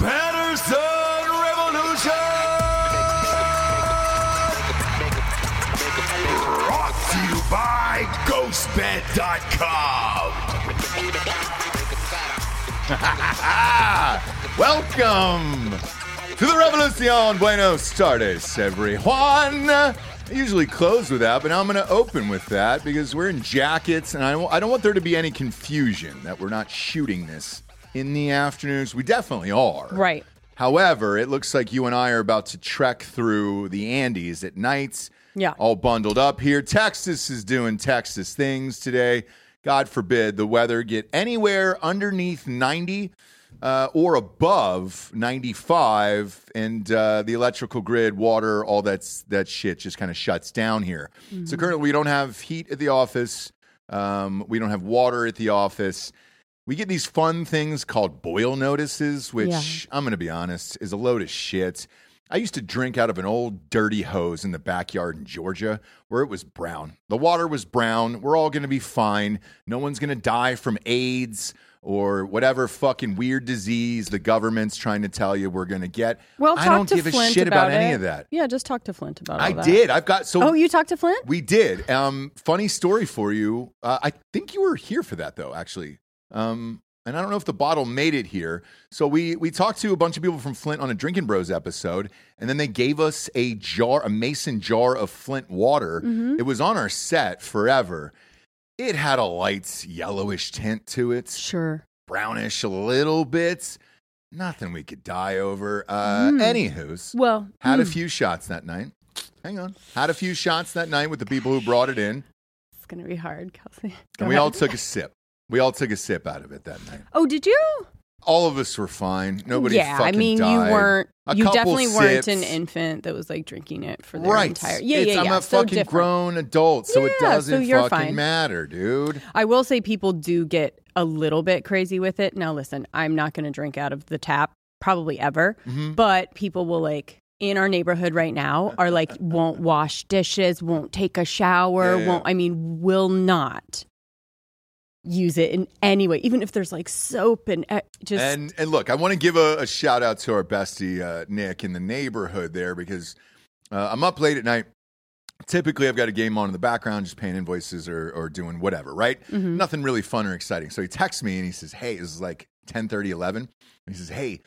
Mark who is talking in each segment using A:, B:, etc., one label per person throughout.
A: Patterson Revolution! Brought to you by GhostBed.com.
B: Welcome to the Revolucion Buenos Tardes, everyone. I usually close with that, but now I'm going to open with that because we're in jackets, and I don't, I don't want there to be any confusion that we're not shooting this in the afternoons. We definitely are.
C: Right.
B: However, it looks like you and I are about to trek through the Andes at night.
C: Yeah.
B: All bundled up here. Texas is doing Texas things today. God forbid the weather get anywhere underneath 90 uh, or above 95, and uh, the electrical grid, water, all that's that shit just kind of shuts down here. So currently, we don't have heat at the office. Um, we don't have water at the office. We get these fun things called boil notices, which I'm going to be honest is a load of shit. I used to drink out of an old dirty hose in the backyard in Georgia where it was brown. The water was brown. We're all going to be fine. No one's going to die from AIDS or whatever fucking weird disease the government's trying to tell you we're going to get.
C: Well,
B: I
C: talk
B: don't
C: to
B: give
C: Flint
B: a shit about,
C: it.
B: any of that.
C: Yeah, just talk to Flint about
B: I
C: all that.
B: did. I've got so
C: Oh, you talked to Flint?
B: we did. Um, funny story for you. Uh, I think you were here for that though, actually. Um, and I don't know if the bottle made it here. So we we talked to a bunch of people from Flint on a Drinking Bros episode, and then they gave us a jar, a mason jar of Flint water. It was on our set forever. It had a light yellowish tint to it
C: Sure.
B: brownish a little bit. Nothing we could die over. Uh, Anywho's.
C: Well, hmm,
B: had a few shots that night. Hang on. Had a few shots that night with the people who brought it in,
C: It's going to be hard, Kelsey. Go
B: and we
C: ahead.
B: all took a sip. We all took a sip out of it that night.
C: Oh, did you?
B: All of us were fine. Nobody.
C: yeah, I
B: fucking
C: mean,
B: died.
C: you weren't.
B: A
C: you
B: couple
C: definitely weren't
B: sips.
C: an infant that was like drinking it for their
B: right.
C: entire. Yeah,
B: It's-
C: yeah,
B: I'm
C: yeah.
B: a
C: so
B: fucking
C: different.
B: grown adult, so it
C: Yeah, so
B: doesn't
C: you're
B: fucking
C: fine.
B: matter, dude.
C: I will say people do get a little bit crazy with it. Now, listen, I'm not going to drink out of the tap probably ever,
B: Mm-hmm.
C: but people will like in our neighborhood right now are like won't wash dishes, won't take a shower,
B: Yeah, yeah.
C: won't I mean will not use it in any way, even if there's like soap and uh, just
B: And and look, I want to give a, a shout out to our bestie uh, Nick in the neighborhood there because uh, I'm up late at night. Typically, I've got a game on in the background, just paying invoices or or doing whatever, right? Nothing really fun or exciting. So he texts me and he says, "Hey, this is like 10, 11." And he says, "Hey."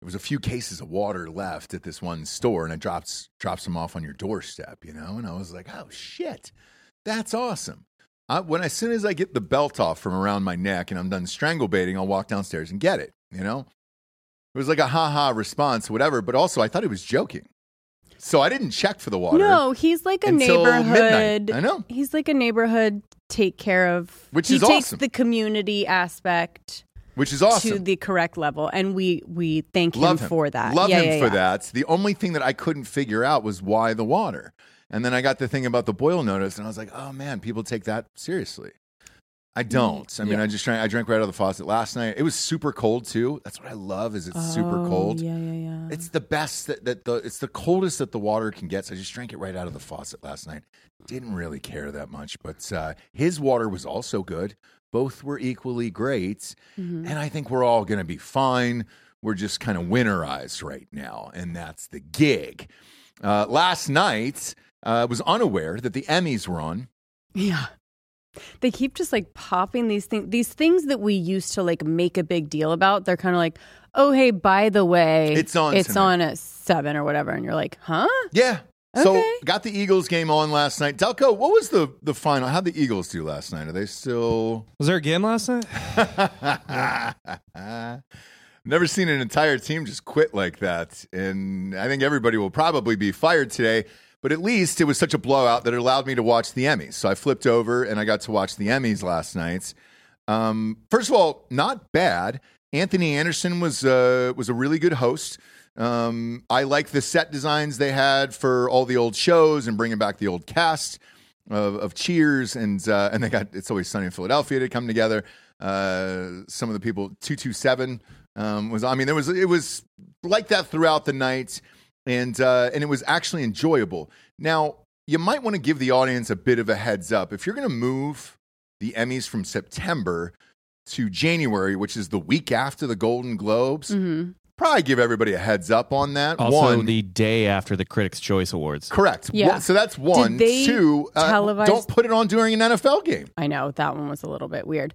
B: There was a few cases of water left at this one store, and I dropped drops them off on your doorstep, you know. And I was like, "Oh shit, that's awesome!" I, when as soon as I get the belt off from around my neck and I'm done strangle baiting, I'll walk downstairs and get it. You know, it was like a ha ha response, whatever. But also, I thought he was joking, so I didn't check for the water.
C: no, he's like a
B: until midnight.
C: neighborhood.
B: I know.
C: he's like a neighborhood take care of.
B: Which
C: he
B: is
C: takes
B: awesome.
C: the community aspect
B: which is awesome.
C: to the correct level, and we we thank
B: Love
C: him, for that.
B: Love
C: Yeah,
B: him
C: yeah,
B: for
C: yeah.
B: that. The only thing that I couldn't figure out was why the water. And then I got the thing about the boil notice, and I was like, oh man, people take that seriously. I don't. I mean,
C: Mm, yeah.
B: I just try. I drank right out of the faucet last night. It was super cold too. That's what I love. Is it's super
C: Oh,
B: cold.
C: Yeah, yeah, yeah.
B: It's the best that, that the it's the coldest that the water can get. So I just drank it right out of the faucet last night. Didn't really care that much, but uh, his water was also good. Both were equally great, and I think we're all going to be fine. We're just kind of winterized right now, and that's the gig. Uh, last night, uh, was unaware that the Emmys were on.
C: Yeah. They keep just like popping these things these things that we used to like make a big deal about. They're kind of like, "Oh, hey, by the way,
B: It's on
C: it's
B: tonight."
C: on at 7 or whatever." And you're like, "Huh?"
B: Yeah. So
C: Okay.
B: got the Eagles game on last night. Delco, what was the the final? How'd the Eagles do last night? Are they still
D: Was there a game last night?
B: Never seen an entire team just quit like that. And I think everybody will probably be fired today. But at least it was such a blowout that it allowed me to watch the Emmys. So I flipped over and I got to watch the Emmys last night. Um, first of all, not bad. Anthony Anderson was uh, was a really good host. Um, I like the set designs they had for all the old shows and bringing back the old cast of, of Cheers and uh, and they got It's Always Sunny in Philadelphia to come together. Uh, some of the people two two seven um, was I mean there was it was like that throughout the night and uh, and it was actually enjoyable. Now you might want to give the audience a bit of a heads up if you're going to move the Emmys from September to January, which is the week after the Golden Globes.
C: Mhm.
B: Probably give everybody a heads up on that.
D: Also,
B: one,
D: the day after the Critics' Choice Awards.
B: correct.
C: Yeah.
B: One- so that's one.
C: they
B: Two, uh,
C: televise-
B: don't put it on during an NFL game.
C: I know that one was a little bit weird.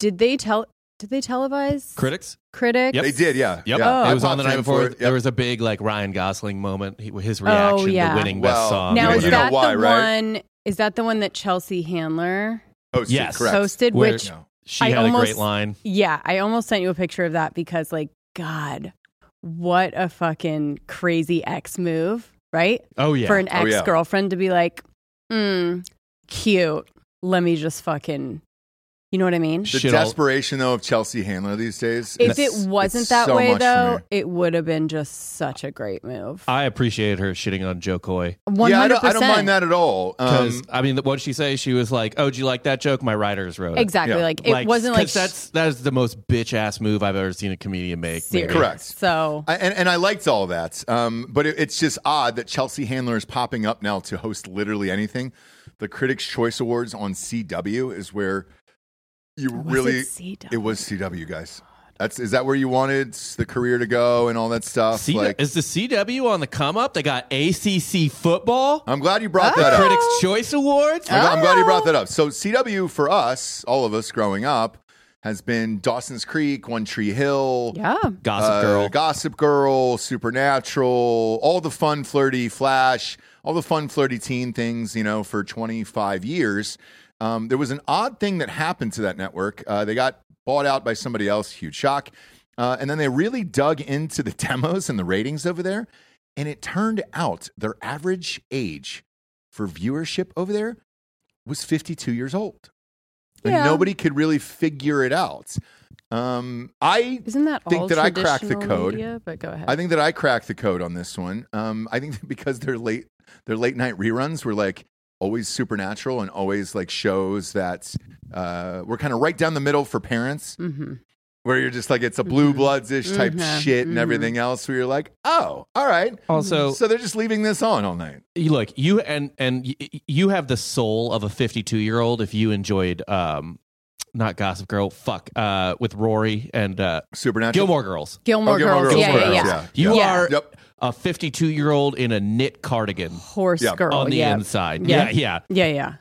C: Did they tell did they televise
D: Critics?
C: critics?
D: Yep.
B: They did, yeah.
D: Yep.
B: yeah.
C: Oh.
B: I
D: It was on
B: popped
D: the
B: in
D: night before.
B: it.
D: There
B: Yep.
D: was a big like Ryan Gosling moment. He, his reaction
C: Oh, yeah.
D: to winning
B: Well,
D: best song.
C: Now
B: Yeah,
C: is
B: you know
C: that
B: why,
C: the
B: right?
C: one is that the one that Chelsea Handler
B: Hosted,
D: Yes.
B: correct.
C: hosted
D: Where-
C: which
B: No.
D: She
C: I
D: had a
C: almost-
D: great line.
C: Yeah, I almost sent you a picture of that because, like, God, what a fucking crazy ex move, right?
D: Oh yeah.
C: For an
B: Oh,
C: ex
B: yeah.
C: girlfriend to be like, mm, cute. Let me just fucking, you know what I mean?
B: The
D: Shit all-
B: desperation, though, of Chelsea Handler these days.
C: If
B: it's-
C: it
B: it's
C: wasn't that
B: so
C: way,
B: much for
C: though,
B: me.
C: it would have been just such a great move.
D: I appreciated her shitting on Joe Coy.
C: One
B: Yeah, I
C: hundred
B: don't, I don't mind
C: percent.
B: that at all. Um,
D: Because I mean, what would she say? She was like, "Oh, do you like that joke? My writers wrote it."
C: Exactly.
B: Yeah.
C: Like it wasn't like
D: 'cause that's that is the most bitch ass move I've ever seen a comedian make.
C: serious.
D: maybe.
B: Correct.
C: So
B: I, and, and I liked all that, um, but it, it's just odd that Chelsea Handler is popping up now to host literally anything. The Critics' Choice Awards on CW is where you
C: Was
B: really.
C: it CW?
B: It was CW, guys. That's is that where you wanted the career to go and all that stuff?
D: C-
B: like,
D: is the CW on the come up? They got ACC football,
B: I'm glad you brought
C: Oh.
B: that up.
D: Critics' Choice Awards.
B: I'm, I'm glad you brought that up. So CW for us, all of us growing up, has been Dawson's Creek, One Tree Hill,
C: yeah,
D: Gossip
B: uh,
D: Girl.
B: Gossip Girl, Supernatural, all the fun, flirty Flash, all the fun, flirty teen things, you know, for 25 years. Um, there was an odd thing that happened to that network. Uh, they got bought out by somebody else, huge shock. Uh, and then they really dug into the demos and the ratings over there. And it turned out their average age for viewership over there was 52 years old. And
C: Yeah.
B: nobody could really figure it out. Um, I
C: isn't that
B: Think
C: all
B: that I cracked the
C: traditional
B: code.
C: media? But go ahead.
B: I think that I cracked the code on this one. Um, I think that because their late their late night reruns were like always supernatural and always like shows that uh, were kind of right down the middle for parents,
C: mm-hmm.
B: where you're just like it's a blue bloods ish type
C: Mhm.
B: shit and
C: Mhm.
B: everything else. Where you're like, oh, all right.
D: Also,
B: So they're just leaving this on all night.
D: you look you and and y- y- you have the soul of a 52 year old if you enjoyed um not gossip girl fuck uh with rory and uh
B: Supernatural.
D: gilmore girls
C: Gilmore,
B: Oh, Gilmore
C: Girls.
B: Girls,
C: Yeah,
B: correct,
C: yeah, yeah.
B: yeah.
D: you
C: Yeah.
D: are
B: Yep.
D: a 52 year old in a knit cardigan
C: Horse
B: Yeah.
C: Girl.
D: on the
C: Oh, yeah.
D: inside
C: Yeah.
D: yeah
C: Yeah,
D: yeah
C: yeah.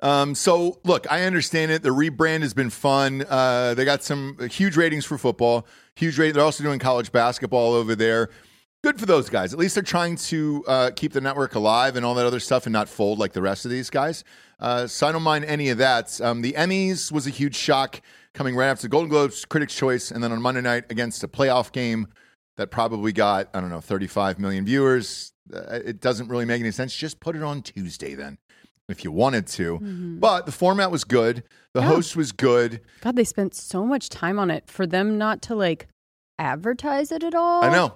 B: Um, so look, I understand it. The rebrand has been fun. Uh, they got some huge ratings for football. Huge rate. They're also doing college basketball over there. Good for those guys. At least they're trying to uh, keep the network alive and all that other stuff, and not fold like the rest of these guys. Uh, so I don't mind any of that. Um, the Emmys was a huge shock coming right after the Golden Globes, Critics' Choice, and then on Monday night against a playoff game that probably got I don't know 35 million viewers. Uh, it doesn't really make any sense. Just put it on Tuesday then if you wanted to. But the format was good. The host was good.
C: God, they spent so much time on it for them not to like advertise it at all.
B: I know.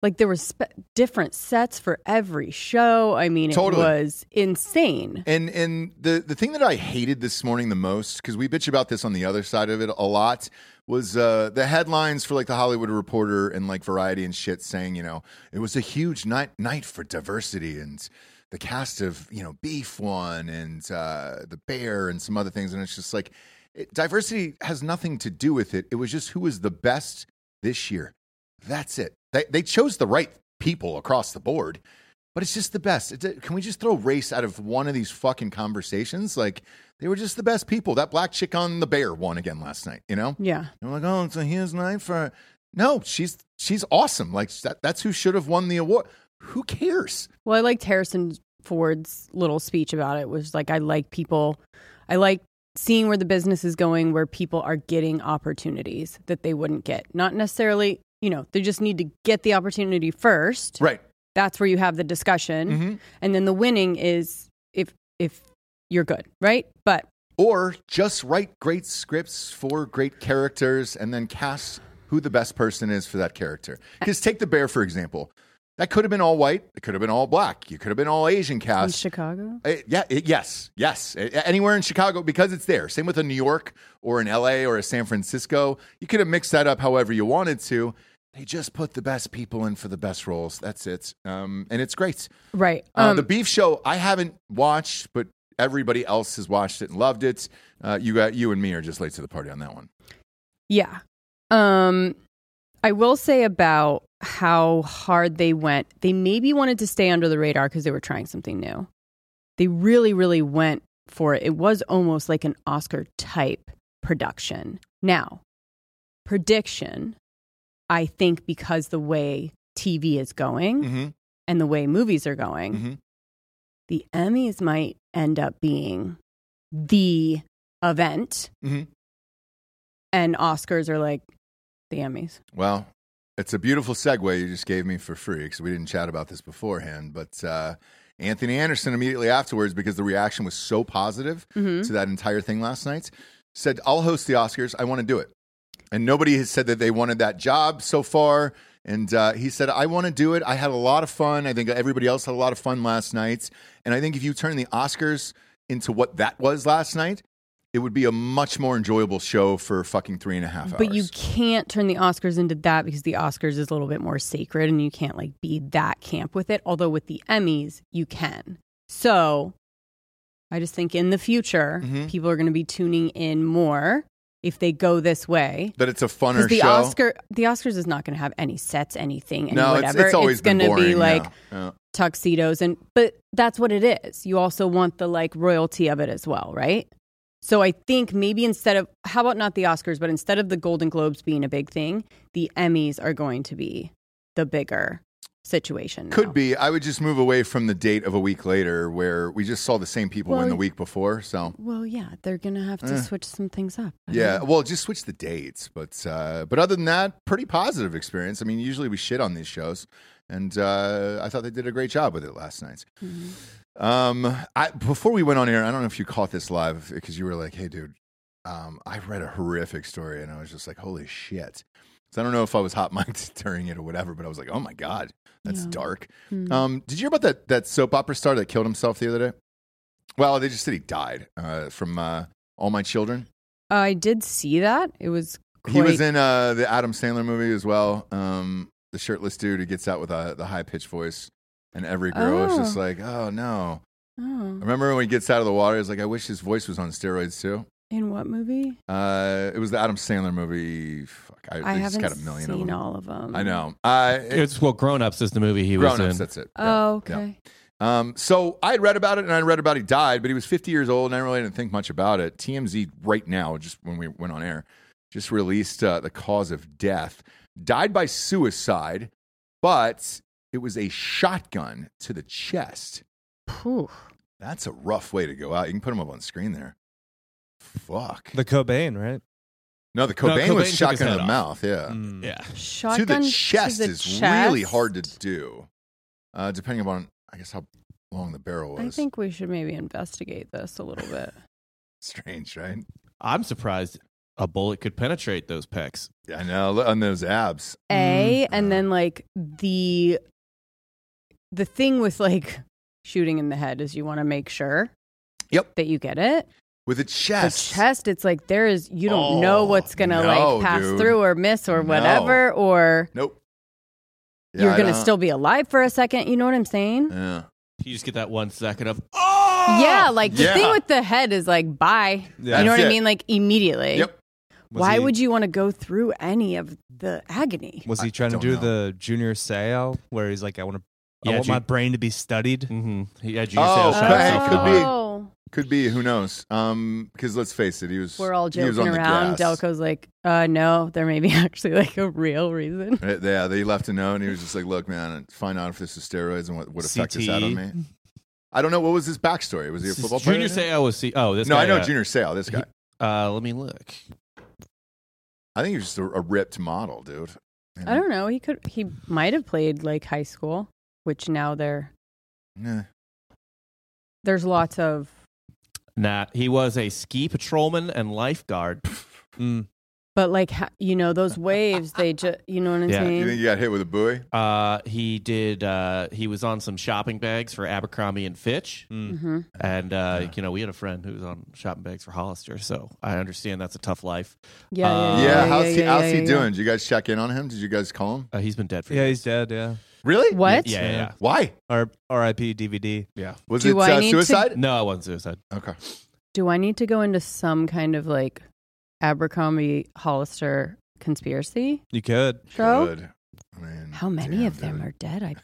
C: Like there were spe- different sets for every show. I mean,
B: Totally.
C: it was insane.
B: And and the the thing that I hated this morning the most because we bitch about this on the other side of it a lot was uh, the headlines for like the Hollywood Reporter and like Variety and shit saying you know it was a huge night night for diversity and the cast of you know Beef won and uh, the Bear and some other things and it's just like it, diversity has nothing to do with it. It was just who was the best this year. That's it. They they chose the right people across the board but it's just the best. It's can we just throw race out of one of these fucking conversations? Like they were just the best people. That black chick on the bear won again last night. You know,
C: Yeah.
B: and I'm like, oh, so here's night for no. She's she's awesome. Like that, that's who should have won the award. Who cares?
C: Well, I liked Harrison Ford's little speech about it. Was like, I like people. I like seeing where the business is going, where people are getting opportunities that they wouldn't get. Not necessarily, you know, they just need to get the opportunity first.
B: Right.
C: That's where you have the discussion,
B: Mhm.
C: and then the winning is if if you're good, right? But
B: Or just write great scripts for great characters and then cast who the best person is for that character. Because take the bear for example. That could have been all white. It could have been all black. You could have been all Asian
C: in
B: cast.
C: Chicago,
B: Uh, yeah, it, yes, yes. Uh, anywhere in Chicago, because it's there. Same with a New York or an LA or a San Francisco. You could have mixed that up however you wanted to. They just put the best people in for the best roles. That's it. Um, and it's great.
C: right? Um,
B: Uh, the Beef Show, I haven't watched, but everybody else has watched it and loved it. Uh, you got you and me are just late to the party on that one.
C: Yeah. Um I will say about how hard they went. They maybe wanted to stay under the radar because they were trying something new. They really really went for it. It was almost like an Oscar type production. Now, prediction, I think because the way TV is going
B: Mm-hmm.
C: and the way movies are going,
B: Mhm.
C: the Emmys might end up being the event
B: Mhm.
C: and Oscars are like the Emmys.
B: Well, it's a beautiful segue you just gave me for free because we didn't chat about this beforehand. But uh, Anthony Anderson immediately afterwards, because the reaction was so positive
C: Mm-hmm.
B: to that entire thing last night, said, "I'll host the Oscars. I want to do it." And nobody has said that they wanted that job so far. And uh, he said, "I want to do it. I had a lot of fun. I think everybody else had a lot of fun last night. And I think if you turn the Oscars into what that was last night." It would be a much more enjoyable show for fucking three and a half hours.
C: But you can't turn the Oscars into that because the Oscars is a little bit more sacred and you can't like be that camp with it. Although with the Emmys, you can. So I just think in the future,
B: Mhm.
C: people are going to be tuning in more if they go this way.
B: that it's a
C: 'Cause
B: funner
C: the
B: show.
C: Oscar, the Oscars is not going to have any sets, anything, any
B: no,
C: whatever.
B: it's, it's always
C: going
B: been
C: to
B: boring.
C: be like
B: yeah, Uh, yeah.
C: tuxedos and but that's what it is you also want the like royalty of it as well right so i think maybe instead of how about not the oscars but instead of the golden globes being a big thing the emmys are going to be the bigger situation now.
B: could be. I would just move away from the date of a week later, where we just saw the same people win
C: Well,
B: the week before. So
C: well yeah they're gonna have to
B: Eh.
C: switch some things up I
B: yeah,
C: don't know.
B: well, just switch the dates. But uh, but other than that, pretty positive experience. I mean, usually we shit on these shows, and uh, I thought they did a great job with it last night. Um, I, before we went on air, I don't know if you caught this live because you were like, "Hey, dude, um, I read a horrific story," and I was just like, "Holy shit!" So I don't know if I was hot mic'd during it or whatever, but I was like, "Oh my god, that's
C: Yeah.
B: dark."
C: Hmm.
B: Um, did you hear about that that soap opera star that killed himself the other day? Well, they just said he died uh, from uh, All My Children.
C: Hmm. i did see that it was quite,
B: He was in uh, the Adam Sandler movie as well. Um, the shirtless dude who gets out with uh, the high pitched voice, and every girl is just
C: Oh.
B: like, "Oh no."
C: oh,
B: Remember when he gets out of the water? He's like, I wish his voice was on steroids too.
C: in what movie
B: Uh, it was the Adam Sandler movie. Fuck, I,
C: i
B: they just
C: haven't
B: got a million of
C: seen
B: them.
C: all of them
B: I know. Uh, it,
D: It's well, Grown Ups is the movie he
B: grown ups.
D: was in.
B: That's it. Yeah.
C: oh
B: Yeah.
C: okay
B: Um, so I had read about it, and I read about he died, but he was 50 years old, and I really didn't think much about it. TMZ right now, just when we went on air, just released uh, the cause of death. Died by suicide, but it was a shotgun to the chest.
C: Phew.
B: That's a rough way to go out. You can put him up on screen there. Fuck.
E: The Cobain, right?
B: No, the Cobain,
D: Cobain took
B: was
D: his
B: shotgun to
D: head
B: the
D: off.
B: mouth. Uh, Yeah,
E: Mm.
D: Yeah.
B: to
C: shotgun
B: the chest
C: to the
B: is really hard
C: chest?
B: to do, uh, depending upon I guess how long the barrel was.
C: I think we should maybe investigate this a little bit.
B: Mm, Strange, right?
D: I'm surprised a bullet could penetrate those pecs.
B: Yeah, I know. look On those abs.
C: A
B: Mhm.
C: and then like the the thing with like shooting in the head is you want to make sure
B: Yep.
C: that you get it.
B: With a
C: The
B: chest.
C: chest, it's like there is you don't know
B: Oh,
C: what's gonna
B: no,
C: like pass
B: dude.
C: through or miss or whatever, or
B: Nope. Yeah,
C: you're
B: I
C: gonna
B: don't-
C: still be alive for a second. You know what I'm saying?
B: Yeah.
D: You just get that one second of oh
C: yeah, like the
B: yeah.
C: thing with the head is like bye. you know
B: That's
C: what I
B: it.
C: mean? Like immediately.
B: Yep.
E: Was
C: Why
E: he-
C: would you want to go through any of the agony?
E: Was
B: I
E: he trying to
B: don't
E: do
B: know.
E: the junior seo where he's like, I want to,
D: Yeah,
E: I want
D: ju-
E: my brain to be studied?
D: Mm-hmm. Yeah, Junior
B: Oh,
D: Sale
C: Uh,
D: shot
B: okay.
D: himself in
B: Could
D: the
B: be.
D: arm.
B: Could be. Who knows? Um, because let's face it, he was.
C: We're all
B: he was
C: joking
B: on the
C: around.
B: gas.
C: Delco's like, uh, no, there may be actually like a real reason.
B: Uh, Yeah, they left a note, and he was just like, "Look, man, find out if this is steroids and what what effect this had on me."
E: CTE.
B: I don't know. What was his backstory? Was he a
D: This is
B: football player?
D: Junior Sale was see. Oh, this
B: no,
D: guy,
B: I know
D: uh,
B: Junior Sale. This guy.
D: Uh, let me look.
B: I think he was just a, a ripped model, dude. And-
C: I don't know. He could, he might have played like high school, which now there,
B: Yeah.
C: there's lots of.
D: Nah, he was a ski patrolman and lifeguard.
E: Mm.
C: But like ha- you know those waves, they just you know what I'm
D: Yeah.
B: You think
C: saying.
B: he got hit with a buoy?
D: Uh, he did. Uh, he was on some shopping bags for Abercrombie and Fitch,
E: Mm.
C: hmm
D: and uh,
B: Yeah.
D: you know we had a friend who was on shopping bags for Hollister. So I understand that's a tough life.
C: Yeah,
D: Uh,
C: yeah,
B: yeah,
C: yeah,
B: How's
C: yeah,
B: he?
C: yeah,
B: how's he
C: yeah, yeah.
B: doing? Did you guys check in on him? Did you guys call him?
D: Uh, he's been dead for
E: Yeah,
D: years.
E: he's dead. Yeah.
B: Really?
C: What?
D: Yeah, yeah, yeah.
B: Why?
E: R- R.I.P. DVD.
B: Was
C: Do
B: it
C: I
B: uh,
C: need to-
B: suicide?
D: No, I wasn't suicide.
B: Okay.
C: Do I need to go into some kind of like Abercrombie Hollister conspiracy
E: You could.
C: show?
B: Good. I mean,
C: How many
B: damn,
C: of them
B: dude.
C: are dead? I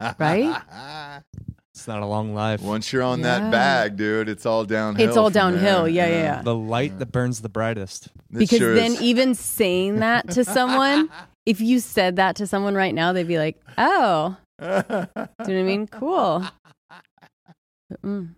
C: bet, right?
E: It's not a long life.
B: Once you're on that
C: Yeah.
B: bag, dude, it's all downhill.
C: It's all
B: from
C: downhill.
B: there.
C: Yeah, yeah, yeah.
E: The light that burns the brightest.
B: It
C: because
B: sure
C: then
B: is.
C: even saying that to someone, if you said that to someone right now, they'd be like, "Oh, do you know what I mean? Cool." Mm.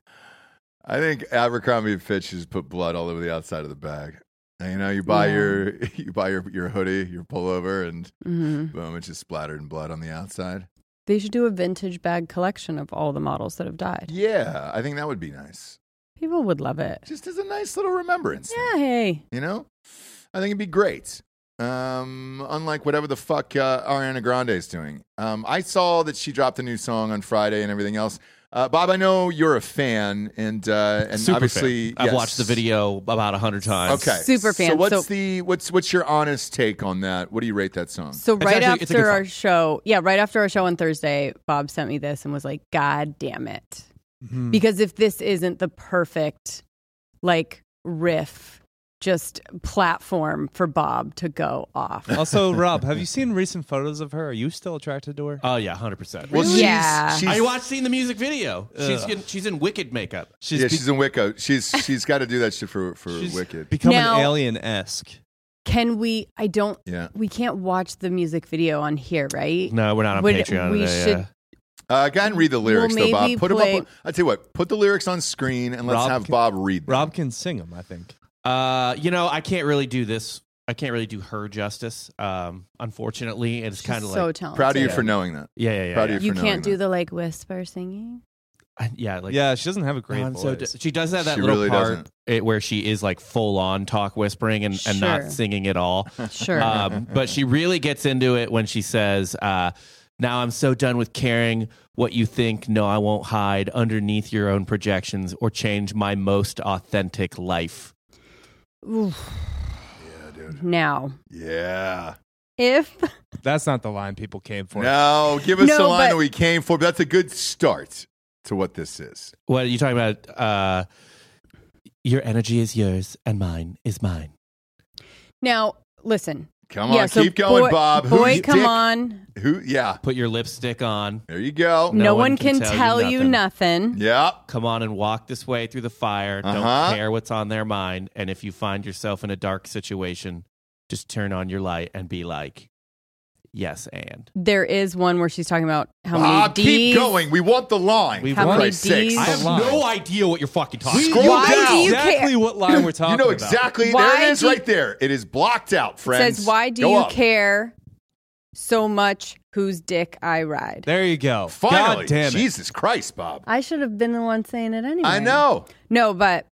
B: I think Abercrombie and Fitch has put blood all over the outside of the bag. And, you know, you buy
C: Yeah.
B: your you buy your, your hoodie, your pullover, and
C: Mhm.
B: boom, it's just splattered in blood on the outside.
C: They should do a vintage bag collection of all the models that have died.
B: Yeah, I think that would be nice.
C: People would love it.
B: Just as a nice little remembrance. thing,
C: Yeah, hey.
B: You know, I think it'd be great. Um, unlike whatever the fuck uh, Ariana Grande is doing. Um, I saw that she dropped a new song on Friday and everything else. Uh, Bob, I know you're a fan, and uh, and
D: Super
B: obviously
D: fan. I've
B: yes.
D: watched the video about a hundred times.
B: Okay.
C: Super
B: So
C: fan.
B: what's
C: So-
B: the what's what's your honest take on that? What do you rate that song?
C: So right
D: actually- it's a good
C: after
D: song.
C: our show, yeah, right after our show on Thursday, Bob sent me this and was like, "God damn it."
D: Mm-hmm.
C: because if this isn't the perfect like riff just platform for bob to go off
E: also, Rob, have you seen recent photos of her? Are you still attracted to her?
D: Oh yeah, hundred percent.
B: well, she's,
C: Yeah.
B: she's,
D: I watched seeing the music video. She's
E: Ugh.
D: in, she's in wicked makeup.
E: She's,
B: yeah,
E: be-
B: she's in Wicca. She's she's got to do that shit for for
E: she's
B: Wicked.
E: become
C: Now-
E: an alien esque.
C: can we i don't
B: yeah,
C: we can't watch the music video on here right
D: No, we're not on
C: Would-
D: Patreon.
C: we
D: today,
C: should-
D: yeah.
B: uh, go ahead and read the lyrics
C: Well,
B: though, Bob.
C: maybe
B: Put 'em
C: play-
B: up. I tell you what, put the lyrics on screen and let's
E: Rob
B: have
E: can-
B: Bob read. Them.
E: Rob can sing them, I think.
D: Uh, you know, I can't really do this. I can't really do her justice. Um, unfortunately, it's
C: She's
D: kind of
C: so
D: like
C: talented
B: proud of you for knowing that.
D: yeah, yeah, yeah.
B: proud of
D: yeah.
B: you
C: you
B: for knowing
C: can't do
B: that.
C: the like whisper singing
D: I- yeah, like
E: yeah, she doesn't have a great
D: I'm
E: voice.
D: so d- she does have that
B: She
D: little
B: really
D: part
B: doesn't.
D: it, where she is like full on talk whispering and, and
C: Sure.
D: not singing at all.
C: sure
D: Um, but she really gets into it when she says, uh, "Now I'm so done with caring what you think. No, I won't hide underneath your own projections or change my most authentic life."
C: Oof.
B: Yeah, dude.
C: now
B: Yeah.
C: if
E: That's not the line people came for.
B: No, give us
C: No,
B: the line
C: but-
B: that we came for. But that's a good start to what this is.
D: What are you talking about? Uh, your energy is yours, and mine is mine.
C: now listen
B: Come on,
C: yeah so
B: keep going,
C: boy,
B: Bob. Who's
C: boy come
B: dick-
C: on
B: Who? Yeah,
D: Put your lipstick on.
B: there you go.
C: no, one, can, tell, you nothing,
B: Yeah,
D: Come on and walk this way through the fire.
B: Uh-huh.
D: Don't care what's on their mind. And if you find yourself in a dark situation, just turn on your light and be like, yes, and.
C: there is one where she's talking about how
B: Bob,
C: many D's.
B: keep going. We want the line.
E: We
B: for
E: want
B: Christ's
C: it. D's.
B: sakes.
C: I have
E: Line.
D: idea what you're fucking
B: We-
D: about.
B: Scroll
C: why
B: down.
C: do you
E: exactly
C: care
E: what line we're talking
B: You know
E: about.
B: exactly.
C: Why
B: there it is,
C: do you-
B: right there. It is blocked out,
C: It
B: friends.
C: says, "Why do
B: Go
C: you
B: up.
C: care so much whose dick I ride.
E: There you go.
B: Finally,
E: God damn it.
B: Jesus Christ, Bob.
C: I should have been the one saying it anyway.
B: I know.
C: No, but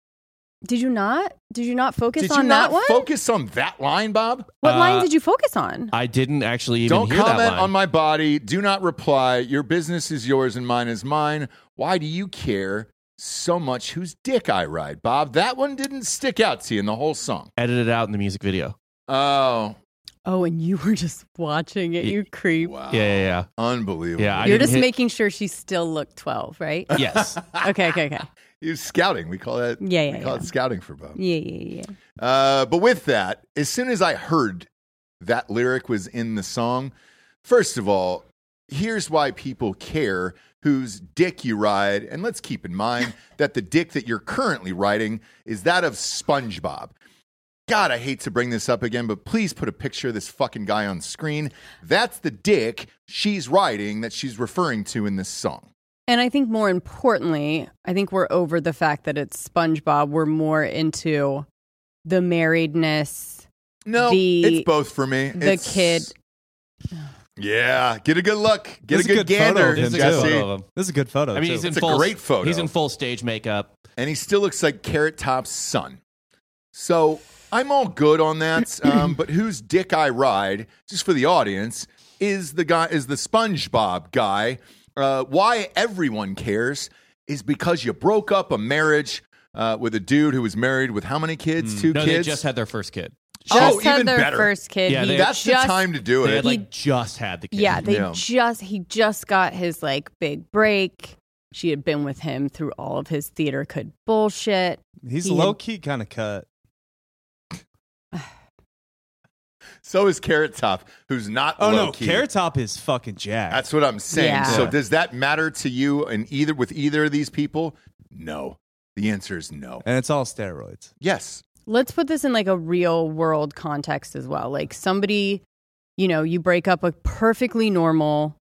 C: did you not? Did you not focus
B: Did
C: on
B: you not
C: that one?
B: focus on that line, Bob?
C: what line
D: Uh,
C: did you focus on?
D: I didn't actually even
B: Don't
D: hear that
B: comment
D: line.
B: on my body. Do not reply. Your business is yours and mine is mine. Why do you care so much whose dick I ride, Bob? That one didn't stick out to you in the whole song.
D: Edited out in the music video.
B: Oh,
C: oh, and you were just watching it, you creep.
B: wow.
D: Yeah, yeah,
B: Unbelievable.
D: Yeah, I
C: You're
D: didn't
C: just
D: hit-
C: making sure she still looked 12, right?
D: yeah. Yes.
C: okay, okay, okay.
B: He was scouting. We call that
C: Yeah, yeah,
B: we call
C: yeah.
B: it scouting for Bob.
C: Yeah, yeah, yeah.
B: Uh, but with that, as soon as I heard that lyric was in the song, first of all, here's why people care whose dick you ride. And let's keep in mind that the dick that you're currently riding is that of SpongeBob. God, I hate to bring this up again, but please put a picture of this fucking guy on screen. That's the dick she's riding that she's referring to in this song.
C: And I think more importantly, I think we're over the fact that it's SpongeBob. We're more into the marriedness.
B: No,
C: The-
B: it's both for me.
C: the
B: It's-
C: kid-
B: Yeah, get a good look. Get
E: This
B: a
E: is
B: good,
E: a good photo
B: gander,
E: of him,
D: There's
E: too.
D: a good
B: Jesse.
D: photo of him.
E: This is a good photo.
D: I mean, he's
E: too.
D: in
B: It's a
D: full
B: great photo.
D: He's in full stage makeup.
B: and he still looks like Carrot Top's son. So I'm all good on that. Um, but whose dick I ride, just for the audience, is the guy is the SpongeBob guy. Uh, why everyone cares is because you broke up a marriage uh, with a dude who was married with how many
E: Hmm.
B: kids? Two
D: No,
B: kids.
D: they just had their first kid.
B: Oh,
C: Just had
B: even
C: their
B: better.
C: first kid.
D: Yeah,
C: He
D: they-
B: That's
C: just-
B: the time to do
D: They
B: it.
D: had like just had the kid.
C: Yeah, they
B: Yeah.
C: just he just got his like big break. She had been with him through all of his theater could bullshit.
E: He's
C: He-
E: low key kind of cut.
B: so is Carrot Top, who's not.
E: Oh no,
B: low-key.
E: Carrot Top is fucking jacked.
B: That's what I'm saying.
C: Yeah.
B: So
E: Yeah.
B: does that matter to you and either with either of these people? No. The answer is no.
E: and it's all steroids.
B: Yes.
C: Let's put this in like a real world context as well. Like somebody, you know, you break up a perfectly normal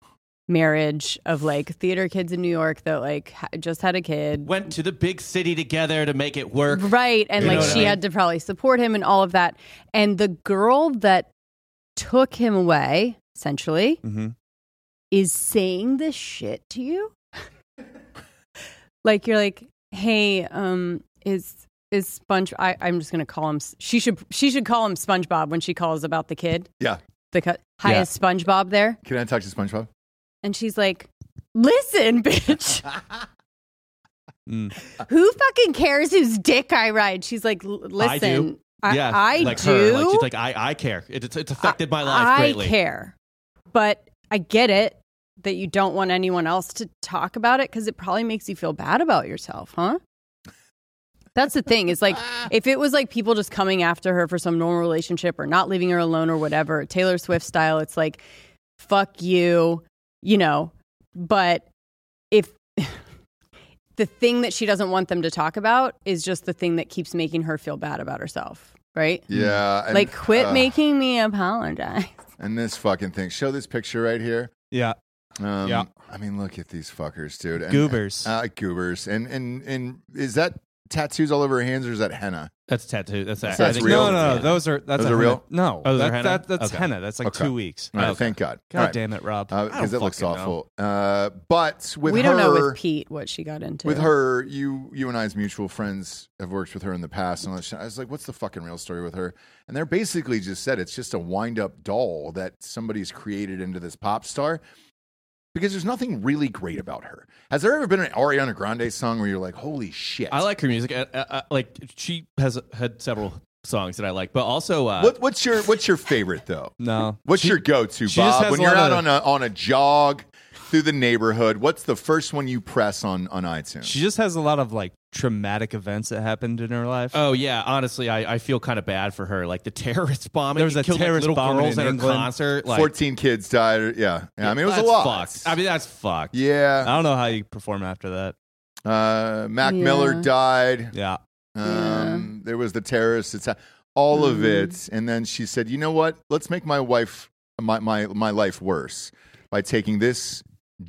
C: marriage of like theater kids in New York that like ha- just had a kid.
D: went to the big city together to make it work.
C: Right. And
D: You
C: like
D: know what I
C: she
D: mean?
C: had to probably support him and all of that. And the girl that took him away, essentially,
E: Mm-hmm.
C: is saying this shit to you like you're like hey um is is sponge I, i'm just gonna call him S- she should she should call him spongebob when she calls about the kid
B: Yeah.
C: the cut hi
E: Yeah.
C: is spongebob there
B: Can I talk to SpongeBob?
C: and she's like listen bitch
D: Mm.
C: who fucking cares whose dick i ride she's like "L- listen
D: I do.
C: I,
D: yeah,
C: I
D: like
C: do.
D: her. Like she's like, I, I care. It, it's, it's affected my life
C: I
D: greatly.
C: care, but I get it that you don't want anyone else to talk about it because it probably makes you feel bad about yourself, huh? That's the thing. It's like if it was like people just coming after her for some normal relationship or not leaving her alone or whatever, Taylor Swift style, it's like, fuck you, you know. But if the thing that she doesn't want them to talk about is just the thing that keeps making her feel bad about herself, right?
E: Hmm.
B: Yeah. and,
C: like, quit
B: uh,
C: making me apologize.
B: And this fucking thing. Show this picture right here.
E: Yeah,
B: Um,
E: Yeah.
B: I mean, look at these fuckers, dude. And,
E: goobers.
B: Uh, goobers. And and and is that tattoos all over her hands or is that henna?
D: That's tattoo. That's,
B: That's
D: I think
B: real?
E: No, no,
D: yeah.
E: no. Those are that's
B: Those
E: a
B: are real?
E: henna. No,
D: Oh, those are
E: that-
D: henna?
E: that- that's
D: Okay.
E: henna. That's like
B: Okay.
E: two weeks.
B: All right,
E: Okay.
B: Thank God.
E: God
B: All right. Uh,
E: damn it, Rob. I
B: Because
E: don't
B: it looks
E: fucking know.
B: awful. Uh, but with
C: we don't know
B: her-
C: with Pete what she got into.
B: With her, you you and I's mutual friends have worked with her in the past, and all that shit. I was like, "What's the fucking real story with her?" And they're basically just said it's just a wind up doll that somebody's created into this pop star. Because there's nothing really great about her. Has there ever been an Ariana Grande song where you're like, "Holy shit"?
D: I like her music. I, I, I, like she has had several songs that I like, but also uh,
B: What, what's your What's your favorite though?
E: No.
B: What's
E: She-
B: your go to,
E: she just
B: Bob?
E: has
B: When
E: a
B: you're out
E: lot of-
B: on a on a jog through the neighborhood, what's the first one you press on on iTunes?
E: She just has a lot of like traumatic events that happened in her life.
D: Oh yeah, honestly, I, I feel kind of bad for her. Like the terrorist bombing.
E: There was
D: you
E: a
D: killed, like,
E: terrorist
D: little
E: bombing
D: girls
E: in
D: at her
E: England.
D: concert. Like,
B: Fourteen kids died. or- Yeah, yeah. I mean, it was
D: that's
B: a lot.
D: Fucked. I mean, that's fucked.
B: Yeah.
E: I don't know how you perform after that.
B: Uh, Mac Miller
C: Yeah.
B: died.
E: Yeah.
B: Um, There was the terrorist attack. All of it, and then she said, "You know what? Let's make my wife my my my life worse by taking this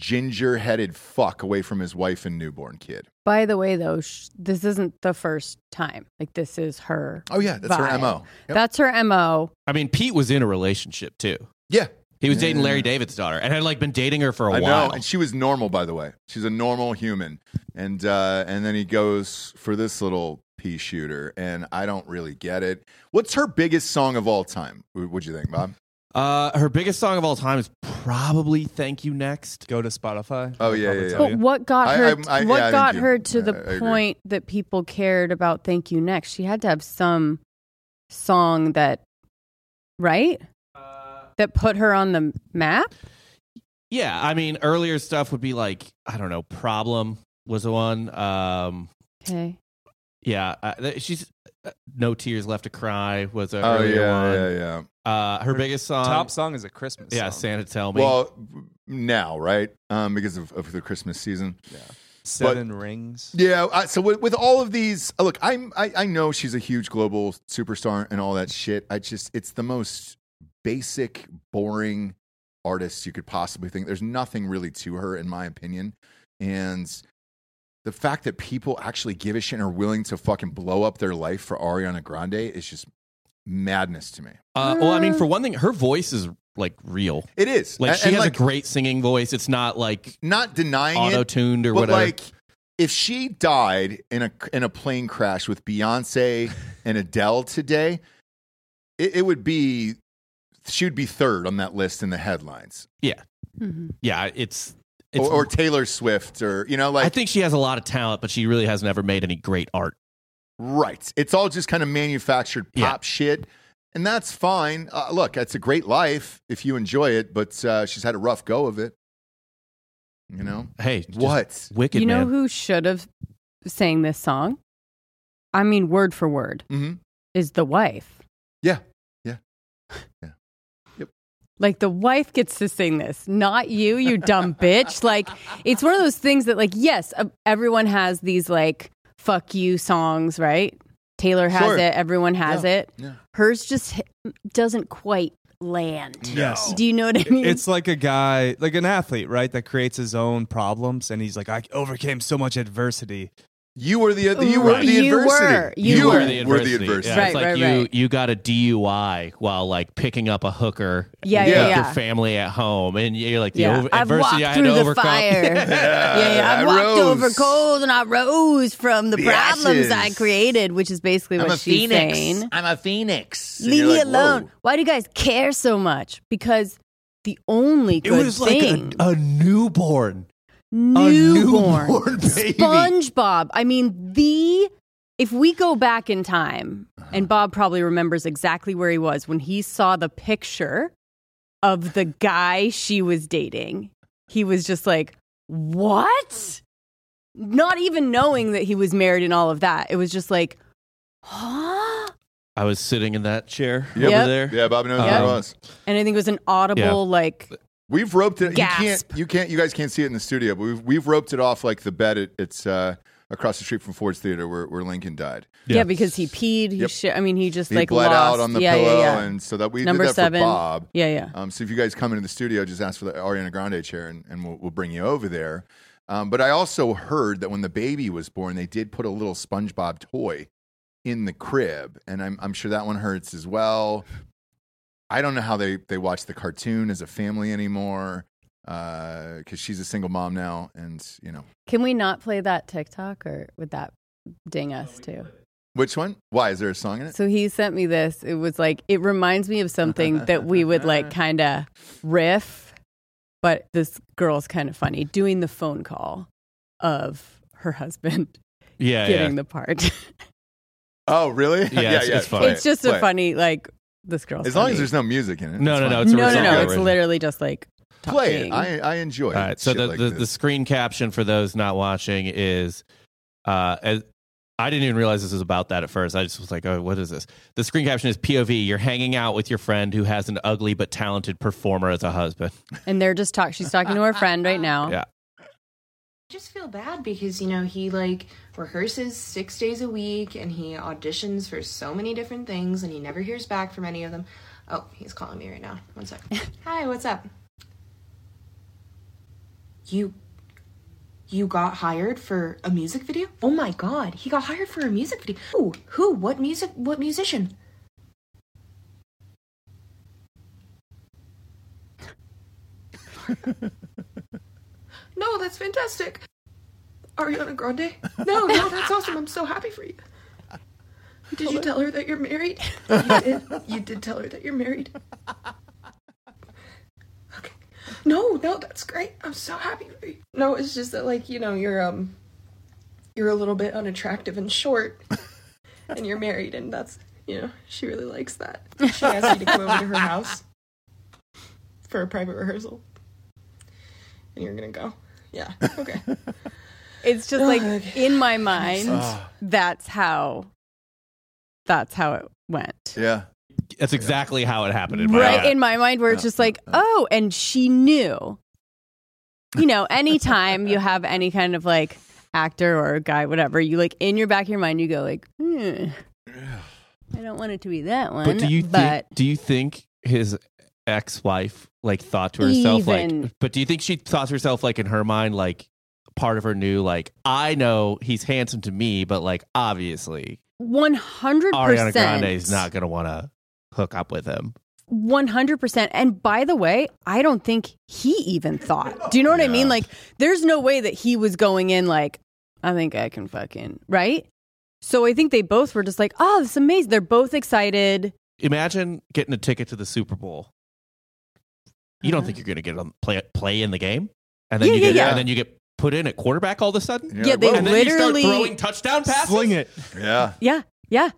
B: ginger-headed fuck away from his wife and newborn kid."
C: By the way, though, sh- this isn't the first time. Like this is her.
B: Oh yeah, that's her
C: vibe.
B: mo. Yep.
C: That's her mo.
D: I mean, Pete was in a relationship too.
B: yeah,
D: He was dating Larry David's daughter and had like been dating her for a
B: I
D: while.
B: know, and she was normal, by the way. She's a normal human, and uh, and then he goes for this little pea shooter, and I don't really get it. What's her biggest song of all time? Wh- What'd you think, Bob?
D: Uh, her biggest song of all time is probably "Thank You Next."
E: Go to Spotify.
B: Oh,
E: I'll
B: yeah,
E: probably
B: yeah,
E: tell
B: yeah.
C: But
E: you.
C: what got
B: I-
C: her?
B: I'm- I-
C: what
B: yeah, I think
C: got
B: you-
C: her to
B: I- I
C: the
B: agree.
C: point that people cared about "Thank You Next"? She had to have some song that, right? that put her on the map.
D: Yeah, I mean earlier stuff would be like I don't know. Problem was the one. Um,
C: Okay.
D: yeah, uh, th- she's uh, no tears left to cry was a
B: Oh yeah,
D: earlier one.
B: yeah, yeah.
D: Uh, her biggest song.
E: Top song is a Christmas.
D: yeah,
E: song.
D: Santa tell me.
B: Well, now, right? Um, because of, of the Christmas season.
E: Seven Rings.
B: Yeah. I, so with, with all of these, uh, look, I'm I, I know she's a huge global superstar and all that shit. I just it's the most basic, boring artist you could possibly think. There's nothing really to her, in my opinion, and the fact that people actually give a shit and are willing to fucking blow up their life for Ariana Grande is just madness to me.
D: uh, well, I mean, for one thing, her voice is like real.
B: It is
D: Like
B: And-
D: she
B: and,
D: has
B: like,
D: a great singing voice. It's not like
B: not denying
D: auto
B: it.
D: tuned or
B: but
D: whatever.
B: like if she died in a in a plane crash with Beyonce and Adele today, it, it would be she would be third on that list in the headlines,
C: Mm-hmm.
D: yeah, it's it's.
B: or, or Taylor Swift, or you know, like
D: I think she has a lot of talent, but she really has never made any great art.
B: right. It's all just kind of manufactured
D: Yeah.
B: pop shit, and that's fine. Uh, look, it's a great life if you enjoy it, but uh, she's had a rough go of it. You know
D: Hey, just
B: what?
D: wicked
C: You know
D: man.
C: who should have sang this song? I mean, word for word
B: hmm
C: is the wife.
B: Yeah.
C: Like the wife gets to sing this, not you, you dumb bitch. Like it's one of those things that, like, yes, uh, everyone has these like "fuck you" songs, right? Taylor has
B: Sure.
C: it. Everyone has
B: Yeah.
C: it.
B: Yeah.
C: Hers just hit, doesn't quite land.
E: Yes.
C: Do you know what I mean?
E: It's like a guy, like an athlete, right? That creates his own problems, and he's like, I overcame so much adversity.
B: You were the you were
D: Right.
B: the
C: You
B: adversity.
C: were. You were.
B: adversity.
D: Yeah,
C: Right,
D: it's like
C: right,
D: you
C: right.
D: you got a DUI while like picking up a hooker.
B: yeah,
C: Yeah,
D: with
C: yeah.
D: Your family at home, and you're like the
C: Yeah.
D: over-
C: I've
D: adversity
C: walked
D: I had
C: through
D: to
C: the
D: overcome.
C: fire.
B: Yeah,
C: yeah, yeah. I,
B: I
C: walked
B: rose.
C: over cold and I rose from the,
B: The
C: problems I
B: ashes.
C: created, which is basically
B: I'm a
C: what she's
B: phoenix.
C: saying.
B: I'm a phoenix. And
C: Leave
B: you're
C: me
B: like,
C: alone.
B: "Whoa."
C: Why do you guys care so much? Because the only
D: It
C: good
D: was like
C: thing,
D: a, a newborn, a
C: newborn,
D: newborn baby.
C: SpongeBob. I mean, the if we go back in time,
D: Uh-huh.
C: and Bob probably remembers exactly where he was when he saw the picture of the guy she was dating. He was just like, "What?" Not even knowing that he was married and all of that. It was just like, "Huh?"
D: I was sitting in that chair
B: Yep.
D: over there.
B: Yeah, Bobby knows
D: Yep.
B: where it was.
C: And I think it was an audible
D: Yeah.
C: like
B: We've roped it.
C: Gasp.
B: You can't. You can't. You guys can't see it in the studio, but we've we've roped it off like the bed. At, it's uh, across the street from Ford's Theater, where, where Lincoln died.
C: yeah, because he peed. He
B: Yep.
C: shi- I mean, he just
B: He
C: like
B: bled
C: lost.
B: out on the
C: yeah,
B: pillow,
C: yeah, yeah.
B: and so that we
C: Number
B: did that
C: seven.
B: for Bob.
C: yeah, yeah.
B: Um, so if you guys come into the studio, just ask for the Ariana Grande chair, and, and we'll, we'll bring you over there. Um, but I also heard that when the baby was born, they did put a little SpongeBob toy in the crib, and I'm, I'm sure that one hurts as well. I don't know how they, they watch the cartoon as a family anymore because she's a single mom now, and you know
C: Can we not play that TikTok or would that ding us too?
B: which one? Why is there a song in it?
C: So he sent me this. It was like it reminds me of something that we would like kind of riff, but this girl's kind of funny doing the phone call of her husband
D: Yeah,
C: getting
D: yeah.
C: the part.
B: Oh, really?
D: it's- it's fun.
B: play
C: it's
B: it,
C: just a
B: play it.
C: funny like this girl's
B: As long
C: funny.
B: as there's no music in it.
D: No,
B: it's
D: no,
B: fine.
D: no, it's
C: no, no, no.
D: original.
C: It's literally just like
B: play it.
C: talking.
B: I I enjoy it.
D: All right. So
B: shit
D: the,
B: like
D: the,
B: this.
D: the screen caption for those not watching is, uh, as, I didn't even realize this was about that at first. I just was like, oh, what is this? The screen caption is POV. You're hanging out with your friend who has an ugly but talented performer as a husband.
C: and they're just talking. She's talking to her friend right now.
D: Yeah.
F: just feel bad because you know he like rehearses six days a week and he auditions for so many different things and he never hears back from any of them oh he's calling me right now one sec hi what's up you you got hired for a music video oh my god he got hired for a music video who who what music what musician No, that's fantastic. Ariana Grande. No, no, that's awesome. I'm so happy for you. Did you tell her that you're married? You did. You did tell her that you're married. Okay. No, no, that's great. I'm so happy for you. No, it's just that like, you know, you're um you're a little bit unattractive and short. And you're married and that's you know, she really likes that. She asked you to come over to her house for a private rehearsal. And you're gonna go. Yeah. Okay.
C: It's just like in my mind, that's how that's how it went.
B: Yeah.
D: That's exactly how it happened in my
C: Right
D: life.
C: in my mind where it's just like, oh, and she knew. You know, anytime you have any kind of like actor or guy, whatever, you like in your back of your mind you go like, hmm, I don't want it to be that one.
D: but do you
C: but
D: think do you think his ex-wife like thought to herself
C: Even-
D: like but do you think she thought to herself like in her mind like part of her knew like I know he's handsome to me but like obviously
C: one hundred
D: Ariana
C: percent
D: Grande is not going to want to hook up with him.
C: One hundred percent. And by the way, I don't think he even thought. Do you know what I mean? Like, there's no way that he was going in like, I think I can fucking right. So I think they both were just like, oh, this is amazing. They're both excited.
D: Imagine getting a ticket to the Super Bowl. You don't think you're going to get on play play in the game and then
C: Yeah,
D: you
C: yeah,
D: get
B: yeah.
D: and then you get put in at quarterback all of a sudden?
B: You're
C: Yeah,
B: like,
C: they
B: "Whoa."
D: And then
C: literally.
D: you start throwing touchdown passes.
E: Sling it.
B: Yeah.
C: yeah, yeah,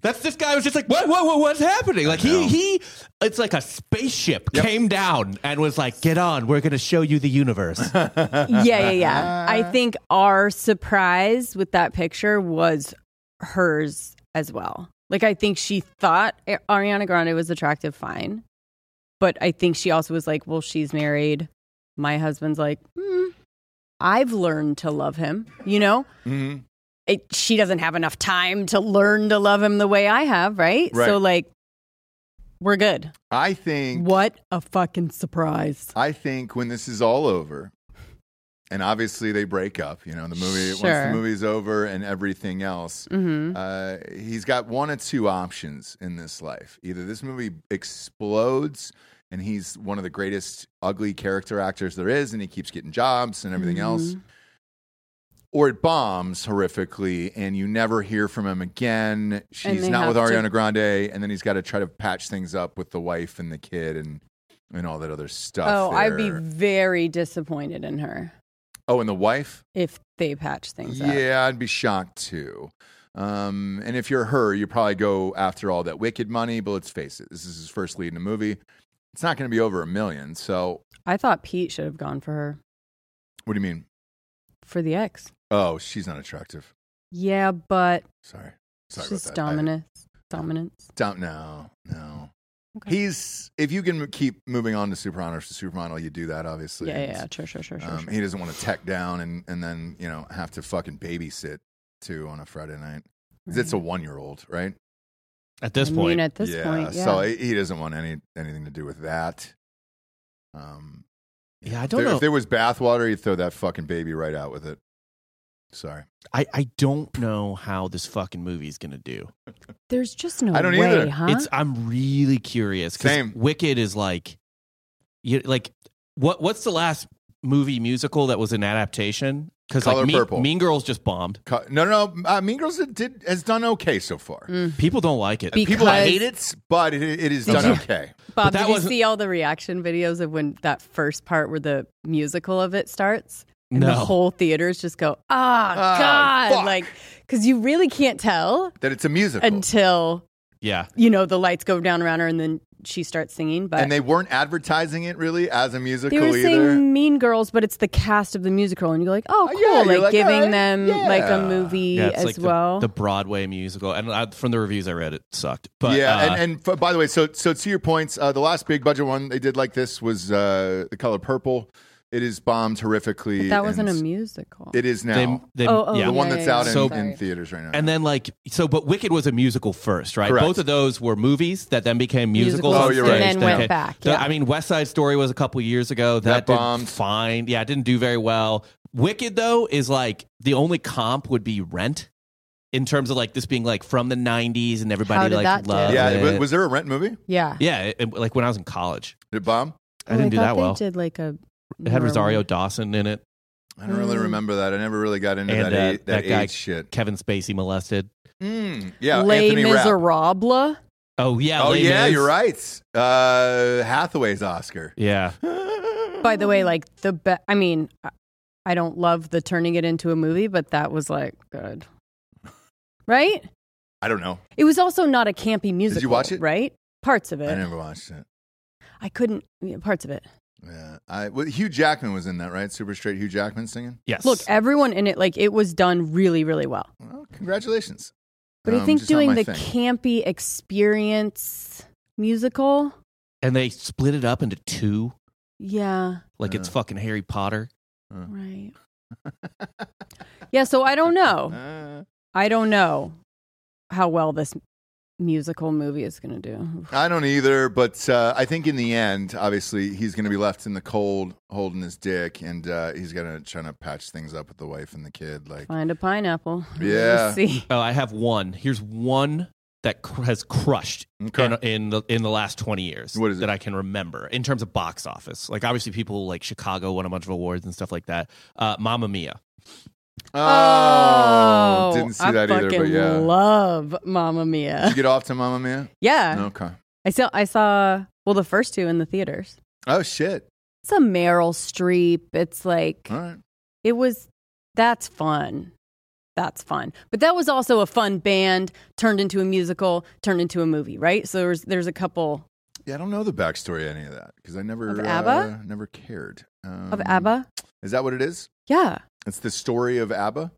D: That's this guy was just like, what, what, what what's happening? Like
B: know.
D: he, he, it's like a spaceship came down and was like, get on, we're gonna show you the universe.
C: yeah, yeah, yeah. I
B: Uh-huh.
C: think our surprise with that picture was hers as well. Like, I think she thought Ariana Grande was attractive, fine. But I think she also was like, well, she's married. My husband's like, hmm, I've learned to love him, you know?
B: Mhm.
C: It, she doesn't have enough time to learn to love him the way I have, right?
B: Right.
C: So, like, we're good.
B: I think
C: What a fucking surprise.
B: I think when this is all over, and obviously they break up, you know, the movie once
C: Sure.
B: the movie's over and everything else,
C: Mm-hmm.
B: uh, he's got one or two options in this life. Either this movie explodes and he's one of the greatest ugly character actors there is, and he keeps getting jobs and everything else.
C: Mm-hmm.
B: Or it bombs horrifically, and you never hear from him again. She's
C: they
B: not with
C: have to-
B: Ariana Grande, and then he's got to try to patch things up with the wife and the kid and and all that other stuff.
C: Oh, I'd be
B: there.
C: very disappointed in her
B: Oh, and the wife?
C: if they patch things up.
B: Yeah, I'd be shocked too. Um, and if you're her, you probably go after all that wicked money. But let's face it, this is his first lead in a movie. It's not going to be over a million. So,
C: I thought Pete should have gone for her
B: what do you mean?
C: for the ex.
B: Oh, she's not attractive.
C: Yeah, but
B: Sorry, sorry
C: it's just
B: about that. I-
C: dominance. Dominance.
B: Don't no, no.
C: Okay.
B: He's if you can m- keep moving on to supermodel to supermodel, you do that obviously.
C: Yeah, yeah, yeah, sure, sure, sure, sure.
B: Um,
C: sure.
B: he doesn't want to tech down and and then you know have to fucking babysit too on a Friday night. 'Cause It's a one year old, right?
D: At this
C: I
D: point,
C: mean, at this
B: yeah,
C: point, yeah.
B: So he he doesn't want any anything to do with that. Um,
D: yeah, I
B: if
D: don't
B: there-
D: know.
B: If there was bathwater, he'd throw that fucking baby right out with it. Sorry,
D: I, I don't know how this fucking movie's gonna do.
C: There's just no
B: I don't
C: way,
B: either.
C: huh?
D: It's I'm really curious because
B: Same.
D: Wicked is like, you like what what's the last movie musical that was an adaptation? Because
B: Color
D: like mean,
B: Purple.
D: mean Girls just bombed.
B: Co- no, no, no. Uh, mean Girls did, did has done okay so far.
D: People don't like it.
C: Mm, Because-
B: People hate it, but it, it has
C: Did
B: done
C: you-
B: okay.
C: Bob,
D: that
C: did you
D: wasn't-
C: see all the reaction videos of when that first part where the musical of it starts? And the
D: No.
C: whole theaters just go, ah,
B: Ah,
C: God.
B: fuck.
C: Like, because you really can't tell
B: That it's a musical, and,
C: until,
D: yeah,
C: you know, the lights go down around her and then she starts singing. But
B: they weren't advertising it really as a musical
C: uh, They were
B: either.
C: saying Mean Girls, but it's the cast of the musical, and you're like, oh,
B: Oh,
C: cool,
B: yeah, you're
C: like,
B: like,
C: giving
B: alright,
C: them like a
B: yeah.
C: movie
D: yeah, it's
C: as
D: like the-
C: well.
D: the, Broadway musical. And I, from the reviews I read, it sucked. But
B: yeah,
D: uh,
B: and, and f- by the way, so so to your points, uh, the last big budget one they did like this was uh, the color purple. It is bombed horrifically.
C: But that wasn't a
B: and
C: musical.
B: It is now.
D: They, they,
C: Oh, oh,
D: yeah.
B: the one that's out
C: yeah,
B: in,
D: yeah. So-
B: in theaters right now.
D: And then like so, but Wicked was a musical first, right?
B: Correct.
D: Both of those were movies that then became musicals.
C: Musicals
B: Oh, you're right.
D: on stage.
B: and
C: then went
D: Okay.
C: back,
D: The-
C: yeah.
D: I mean, West Side Story was a couple years ago.
B: That
D: That,
B: bombed.
D: did fine. Yeah, it didn't do very well. Wicked though is like the only comp would be Rent. In terms of like this being like from the '90s and everybody
C: How did
D: like
C: that do?
D: loved
B: yeah,
D: it.
B: w- was there a Rent movie?
C: yeah.
D: yeah, it- it- like when I was in college,
B: Did it bomb?
D: I didn't do
C: Oh, thought
D: that
C: they
D: well.
C: did like a
D: It had Rosario Dawson in it.
B: I don't
C: Mm.
B: really remember that. I never really got into
D: And,
B: that,
D: uh,
B: a- that,
D: that guy-
B: age shit.
D: Kevin Spacey molested.
B: Mm, yeah,
C: Les
B: Anthony Rapp.
C: Miserables.
D: Oh yeah.
B: Oh
D: Les
B: yeah,
D: Mis.
B: you're right. Uh, Hathaway's Oscar.
D: Yeah.
C: By the
B: Mm-hmm.
C: way, like the be- I mean, I- I don't love the turning it into a movie, but that was like good, right?
B: I don't know.
C: It was also not a campy musical.
B: watch it?
C: Right, parts of it.
B: I
C: I,
B: never watched it.
C: couldn't yeah, parts of it.
B: Yeah, I well, Hugh Jackman was in that, right? Super straight Hugh Jackman singing.
D: Yes.
C: Look, everyone in it, like it was done really, really well.
B: Well, congratulations.
C: But I
B: Um,
C: think
B: just not my
C: doing the
B: thing.
C: campy experience musical,
D: and they split it up into two.
C: yeah,
D: Like it's
B: Uh.
D: fucking Harry Potter.
C: right. yeah, so I don't
B: Uh,
C: know. I don't know how well this musical movie is going to do.
B: I don't either, but uh, I think in the end, obviously, he's going to be left in the cold, holding his dick, and uh, he's going to try to patch things up with the wife and the kid. Like,
C: Find a pineapple.
B: Yeah.
C: We'll see.
D: Oh, I have one. Here's one that cr- has crushed
B: Okay.
D: in, in the in the last 20 years
B: What is it?
D: that I can remember in terms of box office. Like obviously people like Chicago won a bunch of awards and stuff like that. Uh Mamma Mia.
B: oh, didn't see
C: I
B: that either. But
C: fucking
B: yeah,
C: love Mamma
B: did you
C: Mia.
B: get off to Mamma Mia?
C: Yeah.
B: Okay.
C: I saw I saw well the first two in the theaters.
B: Oh shit.
C: It's a Meryl Streep. It's like
B: All right.
C: it was that's fun that's fun but that was also a fun band turned into a musical turned into a movie right so there's there's a couple
B: Yeah, I don't know the backstory of any of that because I never
C: Of ABBA?
B: uh, never cared.
C: of
B: Um,
C: abba
B: Is that what it is?
C: yeah
B: It's the story of ABBA.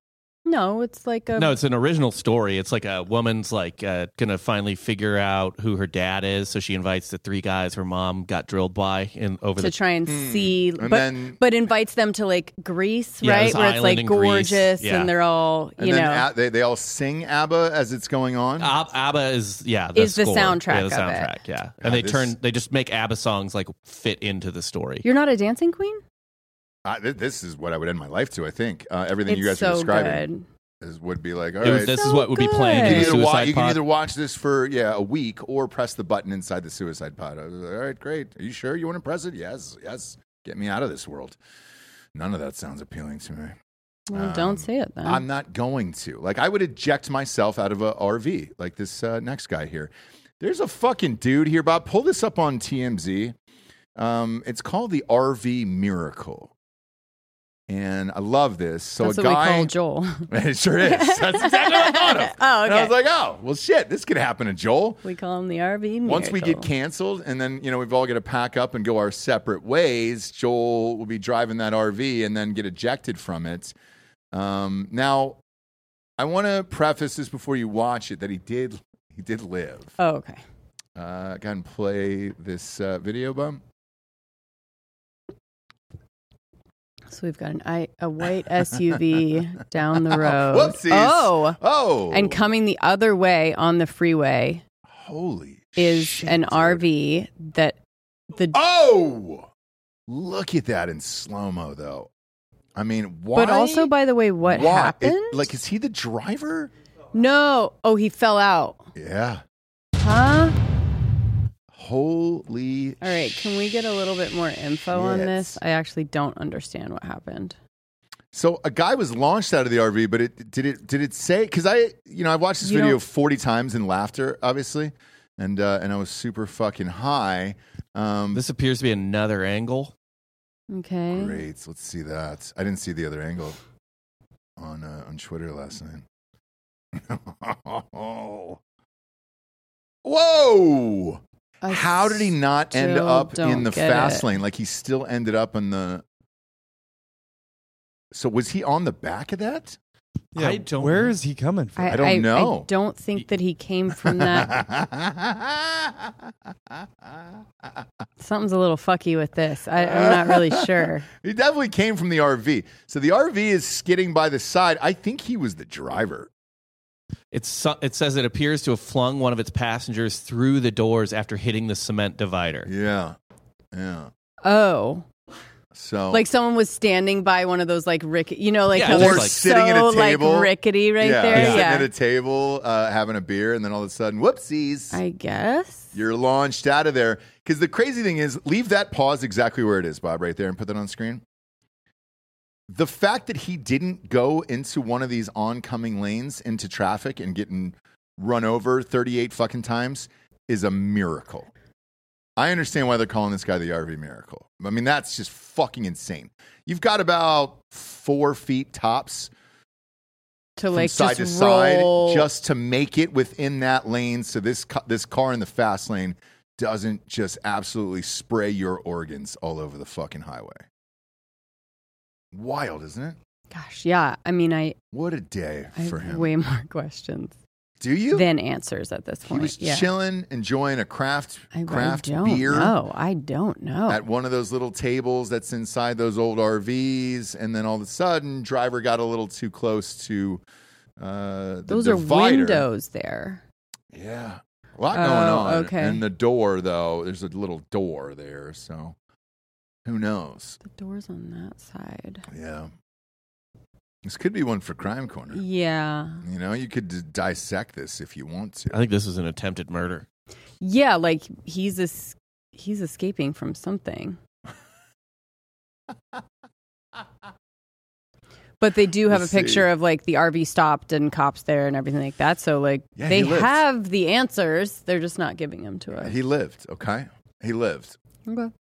C: no it's like a
D: No, it's an original story. It's like a woman's like uh, gonna finally figure out who her dad is, so she invites the three guys her mom got drilled by in over
C: to
D: the
C: try and
B: Hmm.
C: see
B: And
C: but
B: then-
C: but invites them to like greece
D: Yeah,
C: right
D: this
C: where it's
D: island
C: like
D: in Greece.
C: gorgeous
D: Yeah.
C: and they're all
B: And
C: you
B: then
C: know
B: a- they, they all sing ABBA as it's going on.
D: Ab- ABBA is yeah the
C: Is the
D: score.
C: soundtrack
D: yeah the
C: of it.
D: soundtrack yeah
B: God,
D: and they
B: this-
D: turn they just make ABBA songs like fit into the story
C: you're not a dancing queen
B: I, thi- this is what I would end my life to. I think uh, everything
C: it's
B: you guys
C: so
B: are describing
C: good
B: is, would be like all
D: It was-
B: right.
D: this is
C: So
D: what would be playing
C: good.
D: in
B: you
D: the
B: can, either wa-
D: suicide
B: you can
D: pod.
B: either watch this for yeah a week or press the button inside the suicide pod. I was like, all right, great. Are you sure you want to press it? Yes, yes. Get me out of this world. None of that sounds appealing to me.
C: well
B: Um,
C: don't say it then
B: I'm not going to. Like, I would eject myself out of a RV, like this uh, next guy here. There's a fucking dude here, Bob. Pull this up on TMZ. Um, it's called the RV Miracle, and I love this. So
C: that's
B: a
C: what we
B: guy,
C: call joel
B: it sure is. That's exactly what I thought of.
C: Oh,
B: And I was
C: okay.
B: like, oh, well, shit, this could happen to Joel.
C: we call him the rv
B: Once we get
C: miracle.
B: canceled, and then you know we've all got to pack up and go our separate ways. Joel will be driving that RV and then get ejected from it. Um, now, I want to preface this before you watch it that he did he did live.
C: oh okay
B: Uh, go ahead and play this uh, video bump.
C: So we've got an I, a white SUV down the road.
B: Whoopsies.
C: Oh,
B: Oh,
C: and coming the other way on the freeway
B: holy
C: is
B: shit,
C: an
B: dude.
C: RV that the
B: Oh, look at that in slow mo though. I mean, why?
C: But also by the way what
B: why? It-
C: happened?
B: like, is he the driver?
C: no. Oh, he fell out.
B: Yeah.
C: Huh?
B: Holy.
C: All right, can we get a little bit more info on
B: Shit.
C: this? I actually don't understand what happened.
B: So a guy was launched out of the RV, but it did it did it say because I you know I watched this
C: You
B: video
C: don't-
B: forty times in laughter, obviously, and uh, and I was super fucking high. Um,
D: this appears to be another angle
C: Okay.
B: great. Let's see that. I didn't see the other angle on uh, on Twitter last night. Whoa!
C: I
B: How did he not end
C: still
B: up in
C: don't
B: the
C: get
B: fast
C: it.
B: lane? Like he still ended up in the. So was he on the back of that?
E: Yeah,
D: I don't-
E: Where is he coming from?
B: I don't know.
C: I don't think that he came from that. Something's a little fucky with this. I, I'm not really sure.
B: he definitely came from the RV. So the RV is skidding by the side. I think he was the driver.
D: it's su- it says it appears to have flung one of its passengers through the doors after hitting the cement divider
B: Yeah, yeah.
C: Oh.
B: So
C: like someone was standing by one of those like rick you know like
D: Yeah,
C: how
D: or
C: they're
D: like
B: sitting at a
C: so,
B: table.
C: like rickety right
B: yeah,
C: there
B: sitting
C: yeah,
B: at a table uh, having a beer, and then all of a sudden, whoopsies!
C: i guess
B: You're launched out of there. Because the crazy thing is, leave that pause exactly where it is, Bob, right there, and put that on screen. The fact that he didn't go into one of these oncoming lanes into traffic and getting run over 38 fucking times is a miracle. I understand why they're calling this guy the RV miracle. I mean, that's just fucking insane. You've got about four feet tops
C: to
B: from
C: like
B: side to
C: just
B: side
C: roll.
B: just to make it within that lane so this ca- this car in the fast lane doesn't just absolutely spray your organs all over the fucking highway. Wild, isn't it?
C: Gosh, yeah. I mean, I,
B: What a day
C: I
B: for
C: have
B: him.
C: way more questions
B: Do you?
C: than answers at this
B: he
C: point.
B: was
C: yeah.
B: chilling, enjoying a craft
C: I,
B: craft
C: I don't
B: beer
C: know. Oh. I don't know.
B: at one of those little tables that's inside those old RVs, and then all of a sudden, driver got a little too close to uh, the
C: Those
B: divider.
C: are windows there.
B: Yeah. A lot
C: Oh,
B: going on.
C: okay.
B: And the door, though, there's a little door there. So who knows?
C: The door's on that side.
B: Yeah. This could be one for Crime Corner.
C: Yeah.
B: You know, you could d- dissect this if you want
D: I
B: to.
D: think this was an attempted murder.
C: Yeah, like he's es- he's escaping from something. But they do have
B: Let's
C: a picture
B: see.
C: of like the RV stopped and cops there and everything like that. So like
B: Yeah,
C: they
B: he lived.
C: have the answers. They're just not giving them to us.
B: He lived, okay? He lived.
C: okay.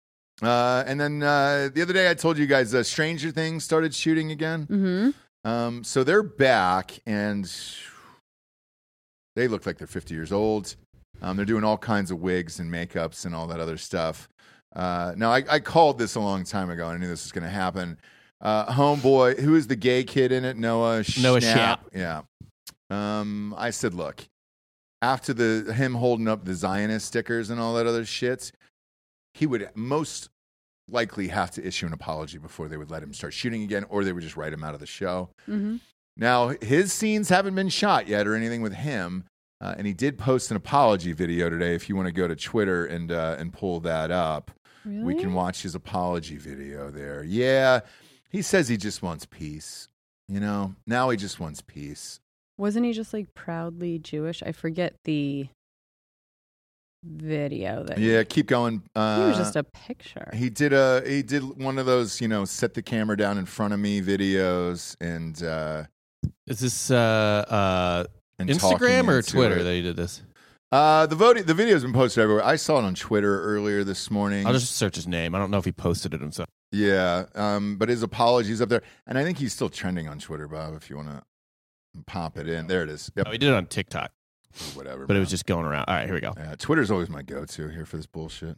B: Uh, and then uh, the other day, I told you guys uh, Stranger Things started shooting again.
C: Mm-hmm.
B: Um, so they're back and they look like they're 50 years old. Um, they're doing all kinds of wigs and makeups and all that other stuff. Uh, now, I, I called this a long time ago and I knew this was going to happen. Uh, homeboy, who is the gay kid in it? Noah
D: Noah
B: Schnapp. Yeah. Um, I said, look, after the him holding up the Zionist stickers and all that other shit, he would most likely have to issue an apology before they would let him start shooting again, or they would just write him out of the show.
C: Mm-hmm.
B: Now, his scenes haven't been shot yet or anything with him, uh, and he did post an apology video today. If you want to go to Twitter and uh, and pull that up,
C: Really?
B: we can watch his apology video there. Yeah, he says he just wants peace. You know, now he just wants peace.
C: Wasn't he just like proudly Jewish? I forget the video that
B: Yeah, keep going.
C: I
B: Uh,
C: think it was just a picture.
B: He did a he did one of those you know set the camera down in front of me videos and uh,
D: Is this uh, uh,
B: and talking
D: Instagram or
B: into
D: Twitter
B: it.
D: that he did this?
B: Uh, the vote the video's been posted everywhere. I saw it on Twitter earlier this morning.
D: I'll just search his name. I don't know if he posted it himself.
B: yeah, um, but his apologies up there, and I think he's still trending on Twitter, Bob. If you want to pop it in, there it is. Yep,
D: Oh, he did it on TikTok,
B: whatever.
D: but it was
B: man.
D: just going around. All right, here we go.
B: yeah, Twitter's always my go-to here for this bullshit.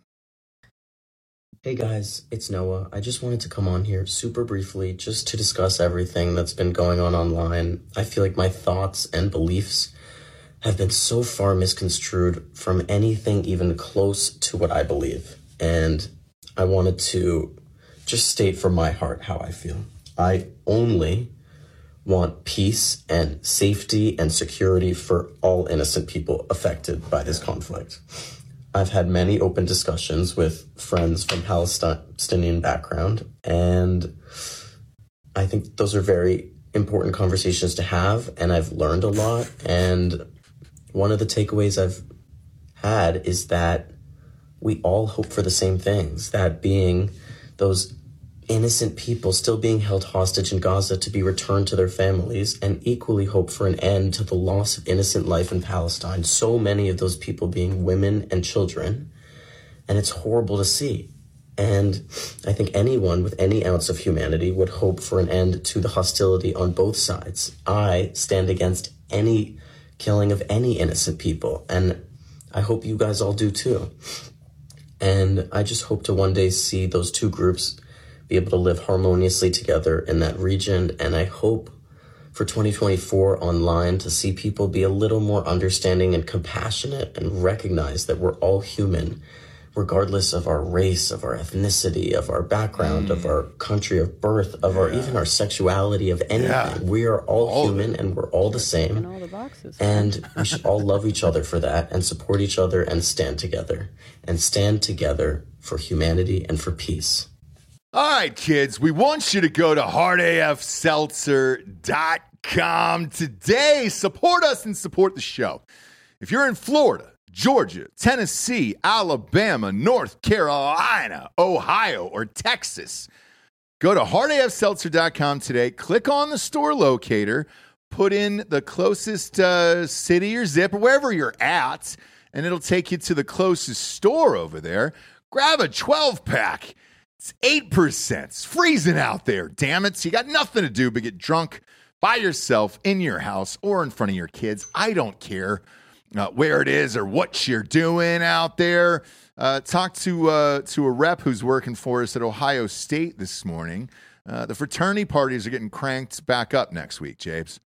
G: Hey guys, it's Noah. I just wanted to come on here super briefly just to discuss everything that's been going on online. I feel like my thoughts and beliefs have been so far misconstrued from anything even close to what I believe. And I wanted to just state from my heart how I feel. I only want peace and safety and security for all innocent people affected by this conflict. I've had many open discussions with friends from Palestinian background, and I think those are very important conversations to have. And I've learned a lot. And one of the takeaways I've had is that we all hope for the same things that being those innocent people still being held hostage in Gaza to be returned to their families and equally hope for an end to the loss of innocent life in Palestine, so many of those people being women and children. And it's horrible to see. And I think anyone with any ounce of humanity would hope for an end to the hostility on both sides. I stand against any killing of any innocent people, and I hope you guys all do too. And I just hope to one day see those two groups be able to live harmoniously together in that region. And I hope for 2024 online to see people be a little more understanding and compassionate and recognize that we're all human, regardless of our race, of our ethnicity, of our background, of our country of birth, of our even our sexuality, of anything. We are all, human and we're all the same.
C: all the boxes.
G: And we should all love each other for that and support each other and stand together and stand together for humanity and for peace.
B: All right, kids, we want you to go to hardafseltzer.com today. Support us and support the show. If you're in Florida, Georgia, Tennessee, Alabama, North Carolina, Ohio, or Texas. Go to hardafseltzer.com today, click on the store locator, put in the closest uh, city or zip or wherever you're at, and it'll take you to the closest store over there. Grab a 12 pack. It's 8%. It's freezing out there, damn it. So you got nothing to do but get drunk by yourself in your house or in front of your kids. I don't care uh, where it is or what you're doing out there. Uh, talked to uh, to a rep who's working for us at Ohio State this morning. Uh, the fraternity parties are getting cranked back up next week, Japes.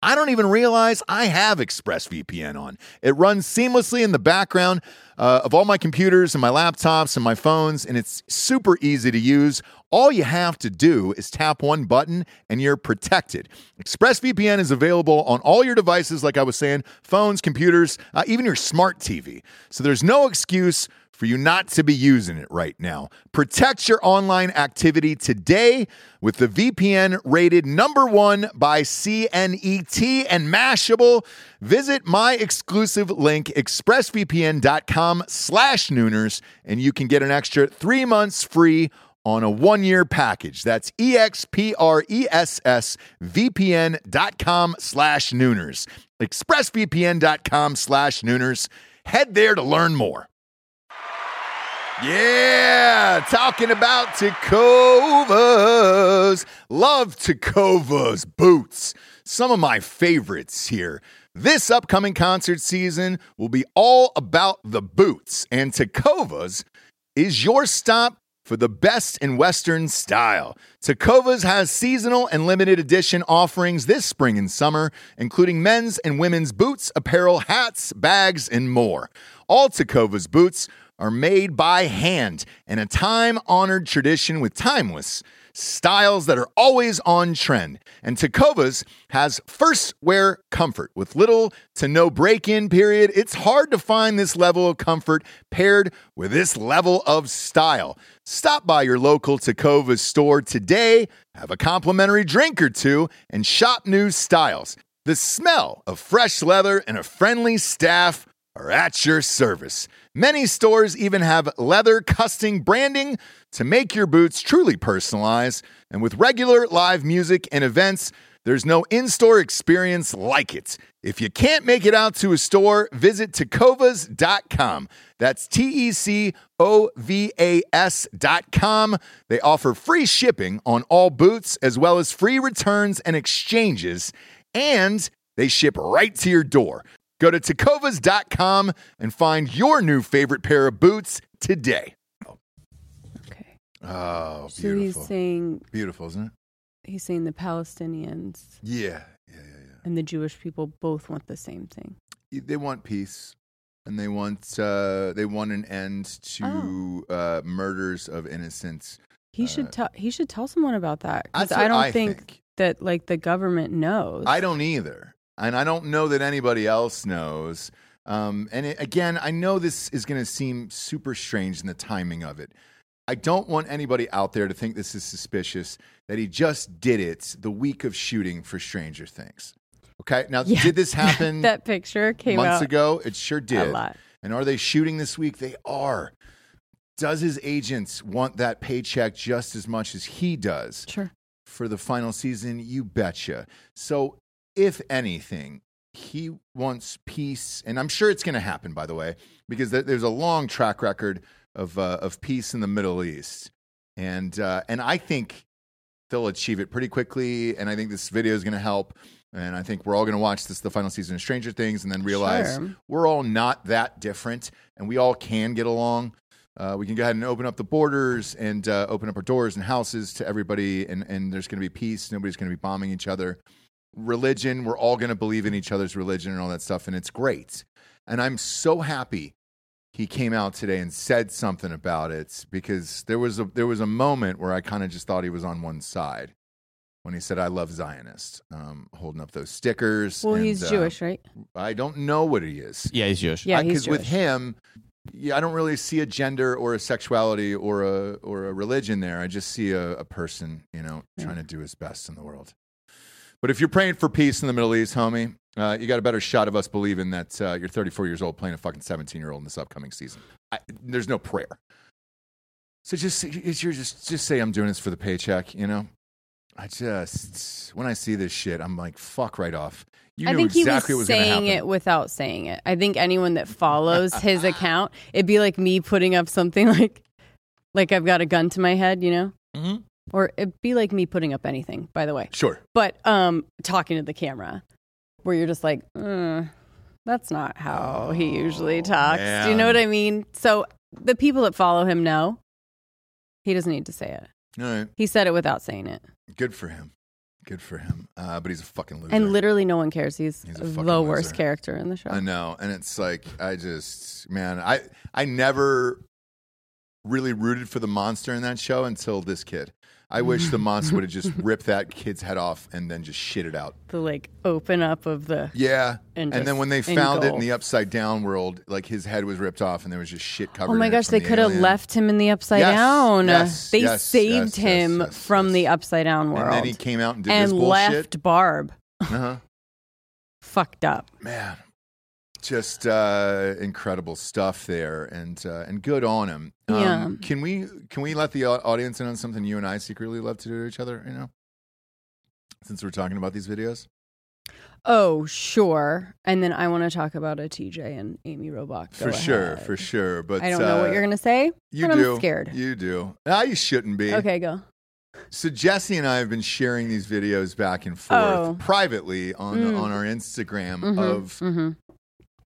B: I don't even realize I have ExpressVPN on. It runs seamlessly in the background uh, of all my computers and my laptops and my phones, and it's super easy to use. All you have to do is tap one button and you're protected. ExpressVPN is available on all your devices, like I was saying phones, computers, uh, even your smart TV. So there's no excuse for you not to be using it right now. Protect your online activity today with the VPN rated number one by CNET and Mashable. Visit my exclusive link, expressvpn.com slash nooners, and you can get an extra three months free on a one-year package. That's E expressvpn.com slash nooners. expressvpn.com slash nooners. Head there to learn more. Yeah, talking about Tacovas. Love Tacovas boots. Some of my favorites here. This upcoming concert season will be all about the boots, and Tacovas is your stop for the best in Western style. Takovas has seasonal and limited edition offerings this spring and summer, including men's and women's boots, apparel, hats, bags, and more. All Takovas boots are made by hand in a time honored tradition with timeless styles that are always on trend. And Takova's has first wear comfort with little to no break in period. It's hard to find this level of comfort paired with this level of style. Stop by your local Takova's store today, have a complimentary drink or two, and shop new styles. The smell of fresh leather and a friendly staff are at your service. Many stores even have leather custom branding to make your boots truly personalized. And with regular live music and events, there's no in store experience like it. If you can't make it out to a store, visit tecovas.com. That's T E C O V A S.com. They offer free shipping on all boots, as well as free returns and exchanges, and they ship right to your door. Go to tacovas.com and find your new favorite pair of boots today.
C: Okay.
B: Oh,
C: So he's
B: beautiful.
C: saying
B: Beautiful, isn't it?
C: he's saying the Palestinians
B: Yeah. Yeah, yeah,
C: and the Jewish people both want the same thing.
B: yeah. They want peace and they want uh they want an end to uh murders of innocents.
C: He should tell he should tell someone about that because
B: That's
C: I
B: what
C: don't
B: I
C: think,
B: think.
C: that like the government knows.
B: I don't either. And I don't know that anybody else knows. Um, and it, again, I know this is going to seem super strange in the timing of it. I don't want anybody out there to think this is suspicious that he just did it the week of shooting for Stranger Things. Okay. Now,
C: Yeah.
B: did this happen
C: that picture came
B: months
C: out
B: ago? It sure did.
C: a lot.
B: And are they shooting this week? They are. Does his agents want that paycheck just as much as he does?
C: Sure.
B: for the final season, you betcha. So, if anything, he wants peace, and I'm sure it's going to happen. By the way, because there- there's a long track record of uh, of peace in the Middle East, and uh, and I think they'll achieve it pretty quickly. And I think this video is going to help. And I think we're all going to watch this, the final season of Stranger Things, and then realize
C: Sure.
B: we're all not that different, and we all can get along. Uh, we can go ahead and open up the borders and uh, open up our doors and houses to everybody, and, and there's going to be peace. Nobody's going to be bombing each other. Religion, we're all going to believe in each other's religion and all that stuff, and it's great. And I'm so happy he came out today and said something about it because there was a there was a moment where I kind of just thought he was on one side when he said, "I love Zionists," um, holding up those stickers.
C: Well,
B: and,
C: he's
B: uh,
C: Jewish, right?
B: I don't know what he is.
D: Yeah, he's Jewish.
C: Yeah, he's
B: because
C: Jewish.
B: with him, yeah, I don't really see a gender or a sexuality or a or a religion there. I just see a, a person, you know, trying to do his best in the world. But if you're praying for peace in the Middle East, homie, uh, you got a better shot of us believing that uh, you're 34 years old playing a fucking 17 year old in this upcoming season. I, there's no prayer. So just it's your just just say I'm doing this for the paycheck, you know. I just when I see this shit, I'm like, fuck right off. You
C: I
B: knew
C: think
B: exactly
C: he was
B: what was gonna
C: saying
B: happen.
C: it without saying it. I think anyone that follows his account, it'd be like me putting up something like, like I've got a gun to my head, you know, mm-hmm. or it'd be like me putting up anything. By the way,
B: Sure.
C: but um, talking to the camera, where you're just like, mm, that's not how he usually talks. Do you know
B: Oh, man.
C: what I mean? So the people that follow him know he doesn't need to say it.
B: All right.
C: He said it without saying it,
B: Good for him. Good for him. Uh, but he's a fucking loser.
C: and literally no one cares. He's,
B: He's a
C: the
B: fucking
C: worst
B: loser.
C: character in the show.
B: I know, and it's like I just, man, I I never really rooted for the monster in that show until this kid. I wish the monster would have just ripped that kid's head off and then just shit it out.
C: the like open up of the
B: Yeah,
C: And
B: and, then
C: just
B: when they found it in
C: engulf.
B: the upside down world, like his head was ripped off and there was just shit covered.
C: oh my
B: in it
C: gosh
B: from
C: they
B: the
C: could have
B: alien.
C: left him in the upside
B: Yes,
C: down
B: yes,
C: they
B: yes, yes, yes,
C: saved him
B: yes,
C: from
B: yes.
C: the upside down world
B: and then he came out and did
C: and
B: this bullshit.
C: left barb
B: Uh-huh.
C: fucked up
B: man just uh incredible stuff there and uh and good on him Um,
C: Yeah.
B: can we can we let the au- audience in on something you and i secretly love to do to each other you know since we're talking about these videos
C: oh sure and then i want to talk about a tj and amy robach Go
B: for sure
C: ahead.
B: for sure but
C: i don't know what
B: uh,
C: you're gonna say
B: you
C: but
B: do
C: i'm scared
B: you do ah you shouldn't be
C: okay go
B: So Jesse and I have been sharing these videos back and forth
C: Oh.
B: privately on
C: Mm.
B: on our Instagram
C: Mhm,
B: of
C: mhm.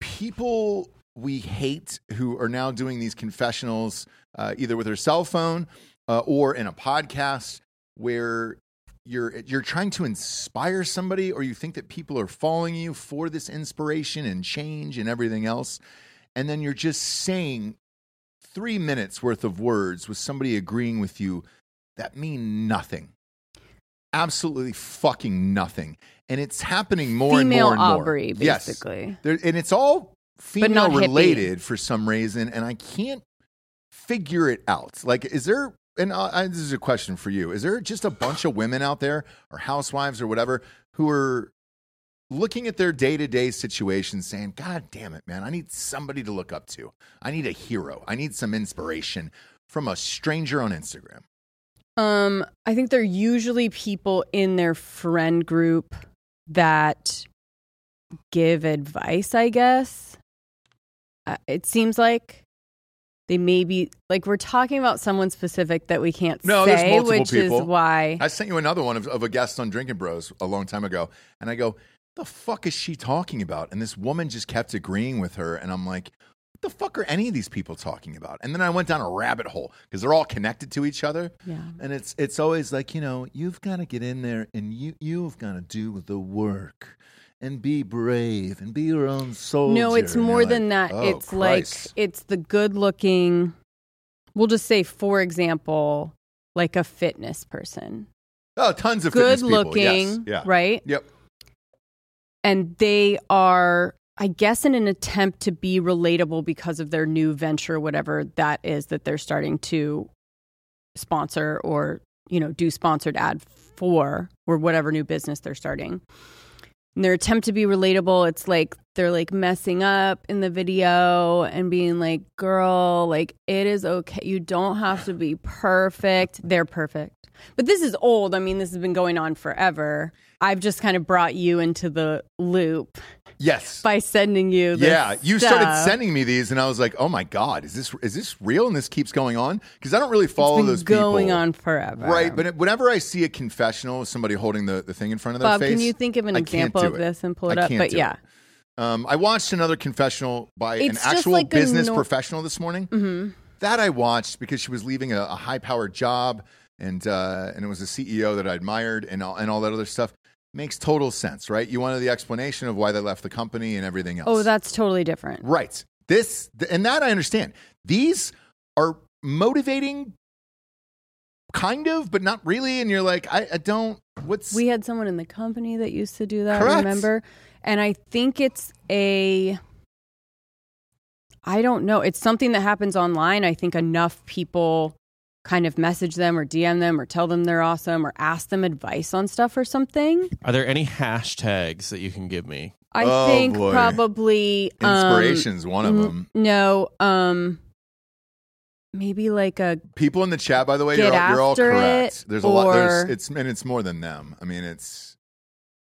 B: people we hate who are now doing these confessionals uh, either with their cell phone uh, or in a podcast where you're you're trying to inspire somebody or you think that people are following you for this inspiration and change and everything else and then you're just saying three minutes worth of words with somebody agreeing with you that mean nothing. Absolutely fucking nothing. And it's happening more
C: Female
B: and more and more.
C: Aubrey,
B: Yes.
C: basically.
B: There, and it's all female
C: not hippie.
B: related for some reason, and I can't figure it out. Like, is there? And uh, I, this is a question for you: Is there just a bunch of women out there, or housewives, or whatever, who are looking at their day to day situation, saying, "God damn it, man! I need somebody to look up to. I need a hero. I need some inspiration from a stranger on Instagram."
C: Um, I think they're usually people in their friend group that give advice, I guess. Uh, it seems like they may be like we're talking about someone specific that we can't
B: No, there's
C: say,
B: multiple
C: which
B: people.
C: is why
B: I sent you another one of, of a guest on Drinking Bros a long time ago, and I go, "The fuck is she talking about?" And this woman just kept agreeing with her, and I'm like, "What the fuck are any of these people talking about?" And then I went down a rabbit hole because they're all connected to each other,
C: Yeah.
B: and it's it's always like you know you've got to get in there and you you've got to do the work and be brave and be your own soldier.
C: No, it's
B: And you're
C: more
B: like,
C: than that.
B: "Oh,
C: it's
B: Christ."
C: like it's the good looking we'll just say for example, like a fitness person.
B: oh, tons of
C: good
B: fitness people.
C: looking,
B: Yes. yeah,
C: right?
B: Yep.
C: and they are i guess in an attempt to be relatable because of their new venture whatever that is that they're starting to sponsor or you know do sponsored ad for or whatever new business they're starting and their attempt to be relatable it's like they're like messing up in the video and being like girl like it is okay you don't have to be perfect they're perfect but this is old i mean this has been going on forever i've just kind of brought you into the loop
B: Yes.
C: by sending you this
B: yeah, you started
C: stuff.
B: sending me these, and I was like, "Oh my god, is this is this real?" And this keeps going on because I don't really follow
C: it's been
B: those
C: going
B: people.
C: on forever
B: right? But it- whenever I see a confessional with somebody holding the, the thing in front of their
C: bob
B: face,
C: can you think of an
B: I can't
C: example
B: do
C: of
B: it.
C: this and pull it
B: I
C: up
B: can't
C: but
B: do
C: yeah
B: it. um, I watched another confessional by
C: It's
B: an
C: just
B: actual
C: like a
B: business
C: nor-
B: professional this morning.
C: Mm-hmm.
B: That I watched because she was leaving a, a high powered job, and uh, and it was a CEO that I admired, and all, and all that other stuff. Makes total sense, right? You wanted the explanation of why they left the company and everything else.
C: oh that's totally different
B: Right. This th- and that I understand. These are motivating, kind of, but not really. And you're like, I, I don't. What's
C: We had someone in the company that used to do that,
B: Correct.
C: remember? And I think it's a I don't know. It's something that happens online. I think enough people kind of message them or DM them or tell them they're awesome or ask them advice on stuff or something.
D: Are there any hashtags that you can give me?
C: I
B: Oh,
C: think
B: boy.
C: probably um,
B: inspirations? one of
C: n-
B: them.
C: No, um maybe like a
B: People in the chat, by the way,
C: Get
B: you're, all- you're all
C: after
B: correct.
C: it,
B: There's a lot. There's,
C: or-
B: it's and it's more than them. I mean, it's.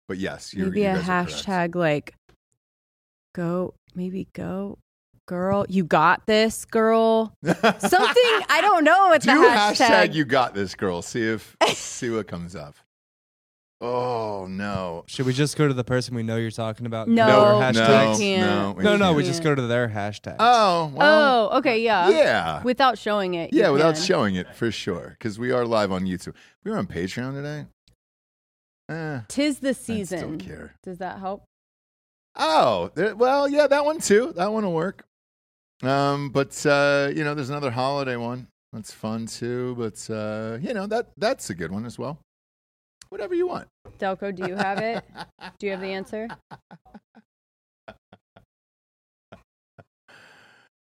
B: But yes, you're,
C: maybe
B: you
C: a
B: guys are correct.
C: hashtag like go maybe go girl you got this girl something i don't know what
B: Do
C: the hashtag,
B: hashtag. you got this girl. See if see what comes up. Oh no.
E: Should we just go to the person we know you're talking about?
C: no
B: No,
E: Their
C: we
B: no,
E: hashtags?
C: can't.
B: no,
E: no, no,
B: can't.
E: we just go to their hashtag.
B: Oh well.
C: oh okay yeah
B: yeah.
C: without showing it
B: Yeah,
C: you
B: without
C: can.
B: showing it for sure, because we are live on YouTube. We were on Patreon today. Eh,
C: tis the
B: I
C: season
B: don't care.
C: does that help
B: Oh, there, well, yeah, that one too. That one will work. Um, but uh, you know, there's another holiday one that's fun too. But uh, you know, that that's a good one as well. Whatever you want.
C: delco do you have it do you have the answer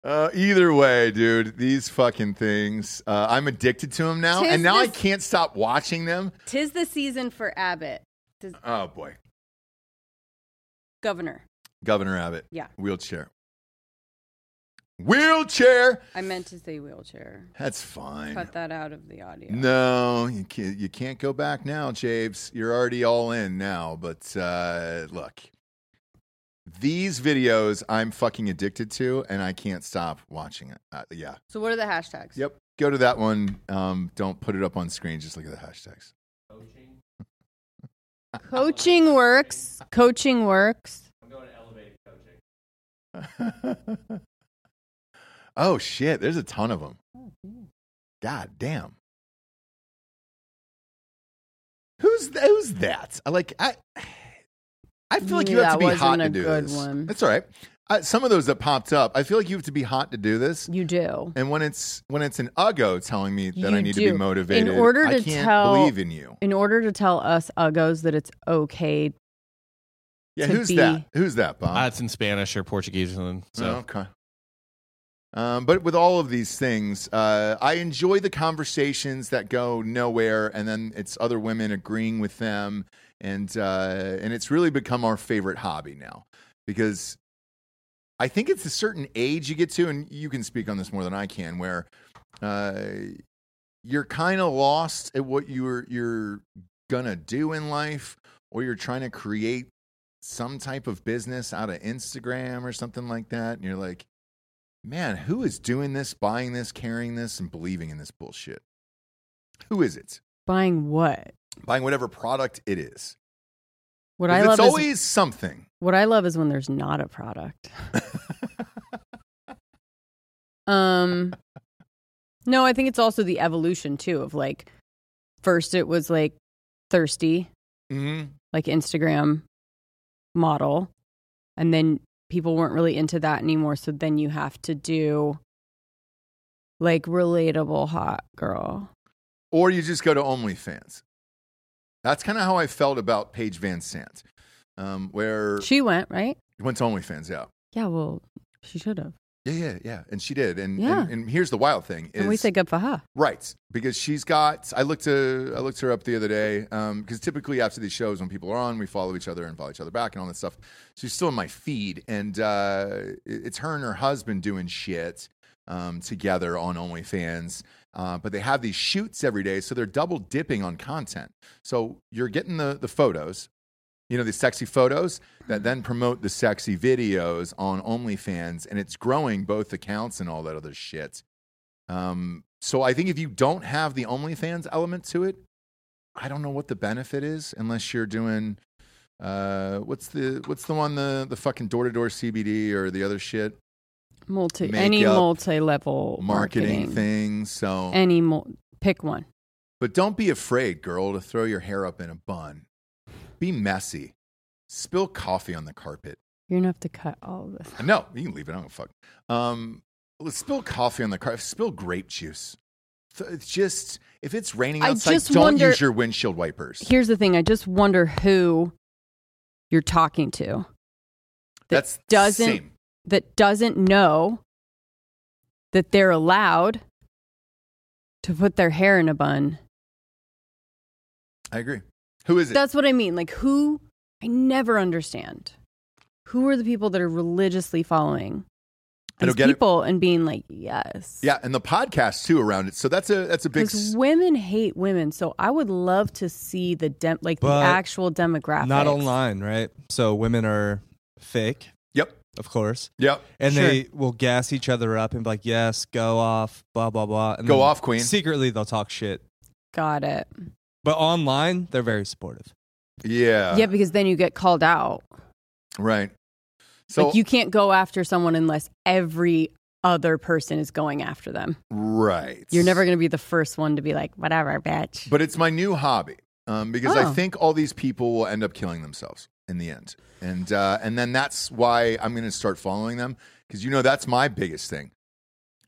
B: Uh, either way, dude, these fucking things. Uh, I'm addicted to them now,
C: Tis
B: and now I
C: the-
B: can't stop watching them.
C: tis the season for abbott Does,
B: Oh boy,
C: governor
B: Governor Abbott.
C: Yeah.
B: Wheelchair. Wheelchair.
C: i meant to say wheelchair
B: That's fine.
C: cut that out of the audio
B: No, you can't, you can't go back now, Javes. You're already all in now. But uh, look, these videos I'm fucking addicted to, and I can't stop watching it. Uh, yeah.
C: so what are the hashtags
B: Yep. Go to that one. Um, don't put it up on screen. Just look at the hashtags.
C: Coaching works. Coaching works.
B: oh, shit. There's a ton of them.
C: Oh,
B: God damn. Who's, th- who's that? I Like, I, I feel like you
C: Yeah,
B: have to be
C: that
B: hot to
C: wasn't a
B: do
C: good
B: this.
C: one.
B: That's all right. I, some of those that popped up, I feel like you have to be hot to do this.
C: You do.
B: And when it's when it's an uggo telling me that I
C: You
B: need to
C: do.
B: be
C: In
B: motivated,
C: order
B: I
C: to
B: can't
C: tell-
B: believe in you.
C: In order to tell us uggos that it's okay,
B: Yeah,
C: to
B: who's
C: be-
B: that? Who's that, Bob?
D: Uh, it's in Spanish or Portuguese. and So
B: Oh, okay. Um, but with all of these things, uh, I enjoy the conversations that go nowhere, and then it's other women agreeing with them, and uh, and it's really become our favorite hobby now because I think it's a certain age you get to, and you can speak on this more than I can, where uh, you're kind of lost at what you're you're gonna do in life, or you're trying to create some type of business out of Instagram or something like that, and you're like, man, who is doing this, buying this, carrying this, and believing in this bullshit? Who is it?
C: buying what?
B: Buying whatever product it is.
C: What
B: 'Cause
C: I love
B: it's
C: is
B: always something.
C: what I love is when there's not a product. um No, I think it's also the evolution too of like first it was like thirsty,
B: hmm
C: like Instagram model. And then people weren't really into that anymore. So then you have to do like relatable hot girl.
B: Or you just go to OnlyFans. That's kind of how I felt about Paige Van Sant, um, where she
C: She went, right?
B: went to OnlyFans. Yeah.
C: Yeah, well, she should have.
B: Yeah, yeah, yeah. And she did. And,
C: Yeah.
B: and, and here's the wild thing is
C: And we say good for her.
B: Right, because she's got. I looked to I looked her up the other day because typically after these shows, when people are on, we follow each other and follow each other back and all that stuff. She's still in my feed, and uh, it- it's her and her husband doing shit um, together on OnlyFans. Uh, but they have these shoots every day, so they're double dipping on content. So you're getting the the photos, you know, these sexy photos that then promote the sexy videos on OnlyFans, and it's growing both accounts and all that other shit. Um, so I think if you don't have the OnlyFans element to it, I don't know what the benefit is unless you're doing uh, what's the what's the one the the fucking door to door CBD or the other shit
C: Multi
B: Makeup,
C: any multi level
B: marketing, thing. So,
C: Any mul pick one.
B: but don't be afraid, girl, to throw your hair up in a bun. Be messy. Spill coffee on the carpet.
C: You're gonna have to cut all of this.
B: No, you can leave it. I don't fuck. Um, let's spill coffee on the car. Spill grape juice. Th- It's just if it's raining
C: I
B: outside,
C: just
B: don't
C: wonder-
B: use your windshield wipers.
C: Here's the thing. I just wonder who you're talking to
B: That's
C: doesn't-
B: same.
C: that doesn't know that they're allowed to put their hair in a bun.
B: I agree. Who is it?
C: That's what I mean. Like who I never understand. Who are the people that are religiously following
B: I don't
C: these
B: get it.
C: people and being like, yes.
B: yeah, and the podcast too around it. So that's a that's a big.
C: Because
B: s-
C: women hate women, so I would love to see the dem- like the
E: But
C: actual demographic.
E: Not online, right? So women are fake,
B: Yep.
E: of course.
B: Yep.
E: And they will gas each other up and be like, yes, go off, blah, blah, blah. And
B: Go
E: then
B: off, queen.
E: Secretly, they'll talk shit.
C: Got it.
E: But online, they're very supportive.
B: Yeah.
C: yeah, because then you get called out.
B: Right. So
C: like you can't go after someone unless every other person is going after them.
B: right.
C: You're never going to be the first one to be like, whatever, bitch.
B: But it's my new hobby um, because I
C: Oh.
B: think all these people will end up killing themselves in the end, and uh, and then that's why I'm going to start following them because you know that's my biggest thing,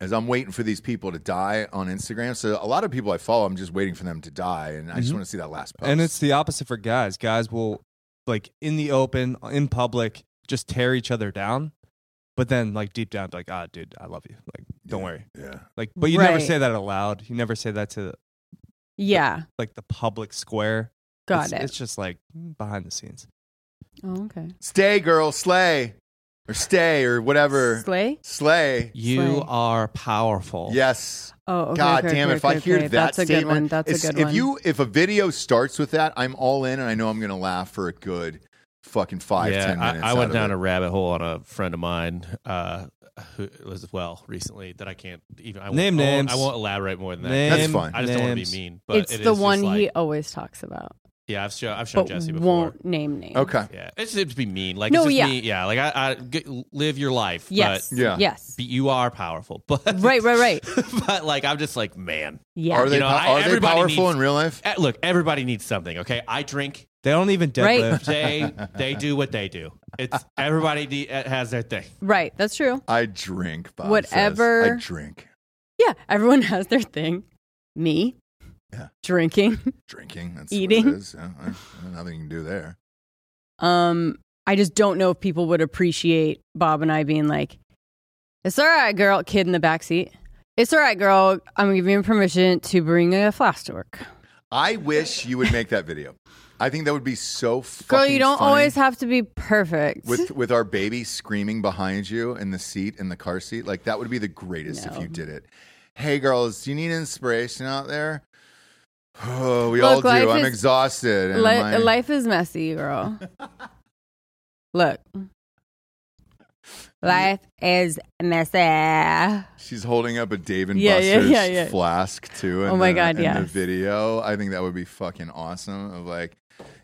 B: is I'm waiting for these people to die on Instagram. So a lot of people I follow, I'm just waiting for them to die, and I just
E: Mhm.
B: want to see that last post.
E: And it's the opposite for guys. Guys will, like, in the open, in public, just tear each other down. But then, like, deep down, be like, ah, dude, I love you. Like, don't worry.
B: yeah,
E: Like, but you never
C: Right.
E: say that aloud. You never say that to,
C: yeah,
E: like, the public square.
C: got
E: it's,
C: it.
E: It's just, like, behind the scenes.
C: oh, okay.
B: stay, girl, slay, or stay, or whatever,
C: Slay?
B: slay.
D: you
C: Slang.
D: are powerful.
B: Yes.
C: Oh, okay.
B: God
C: okay,
B: damn
C: okay,
B: it! If
C: okay,
B: I hear
C: okay.
B: that
C: That's a
B: statement,
C: good one. That's
B: it's-
C: a good
B: if
C: one.
B: you if a video starts with that, I'm all in, and I know I'm gonna laugh for a good fucking five
D: yeah,
B: ten
D: I-
B: minutes.
D: I,
B: out
D: went
B: of
D: down
B: it.
D: a rabbit hole on a friend of mine uh, who was well recently that I can't even I won't,
E: Name
D: I won't-
E: names.
D: I won't elaborate more than that.
E: Name
B: That's fine.
D: I just don't want to
E: names.
D: be mean, but
C: it's
D: it
C: the
D: is just
C: one
D: like-
C: he always talks about.
D: Yeah, I've shown I've shown
C: but
D: Jesse before.
C: won't name names.
B: Okay.
D: Yeah, it's just be mean. Like
C: No,
D: it's just
C: yeah.
D: me. Yeah, like I, I g- live your life.
C: Yes.
D: but,
B: Yeah.
C: Yes.
D: but you are powerful. But
C: Right, right, right.
D: but like I'm just like man.
C: Yeah.
B: Are they
D: You know,
B: pow-
D: I-
B: are they
D: everybody
B: powerful
D: needs-
B: in real life?
D: Eh, Look, everybody needs something. Okay, I drink.
E: They don't even
C: Right.
E: deadlift.
D: They they do what they do. It's everybody de- has their thing.
C: right. That's true.
B: I drink. Bob says.
C: Whatever-
B: I drink.
C: Yeah. Everyone has their thing. Me.
B: Yeah.
C: Drinking.
B: Drinking. That's
C: Eating.
B: What it is. Yeah, I- nothing you can do there.
C: Um, I just don't know if people would appreciate Bob and I being like, "It's all right, girl." Kid in the back seat. It's all right, girl. I'm giving you permission to bring a flask to work.
B: I wish you would make that video. I think that would be so fucking
C: Girl, you don't
B: funny
C: always have to be perfect.
B: with with our baby screaming behind you in the seat in the car seat. Like that would be the greatest if
C: No.
B: you did it. Hey girls, do you need inspiration out there? Oh, we
C: Look,
B: all do.
C: life
B: I'm
C: is-
B: exhausted. and
C: Li-
B: my-
C: Life is messy, girl. Look, life is messy.
B: She's holding up a Dave and
C: Yeah, yeah,
B: Buster's
C: yeah, yeah.
B: flask too. In
C: Oh my
B: the,
C: God,
B: in the
C: yes.
B: video. I think that would be fucking awesome. Of like,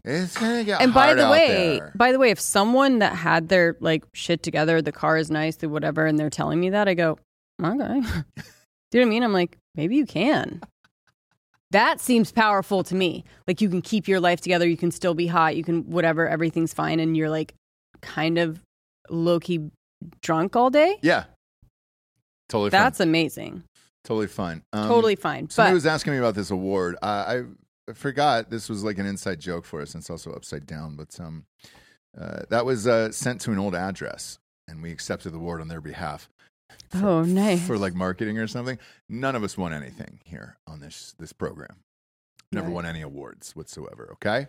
B: it's gonna get
C: And by
B: hard
C: the
B: out
C: way,
B: there.
C: by the way, if someone that had their like shit together, the car is nice, the whatever, and they're telling me that, I go, okay. Do you know what I mean? I'm like, maybe you can. That seems powerful to me. Like you can keep your life together, you can still be hot, you can whatever, everything's fine, and you're like kind of low key drunk all day.
B: yeah, totally. fine.
C: That's amazing.
B: totally fine. Um,
C: totally fine.
B: Somebody
C: But
B: was asking me about this award. I, I forgot this was like an inside joke for us, and it's also upside down. But um, uh, that was uh, sent to an old address, and we accepted the award on their behalf. for-
C: Oh, nice.
B: For like marketing or something. None of us won anything here on this this program. Never
C: Right.
B: won any awards whatsoever. Okay,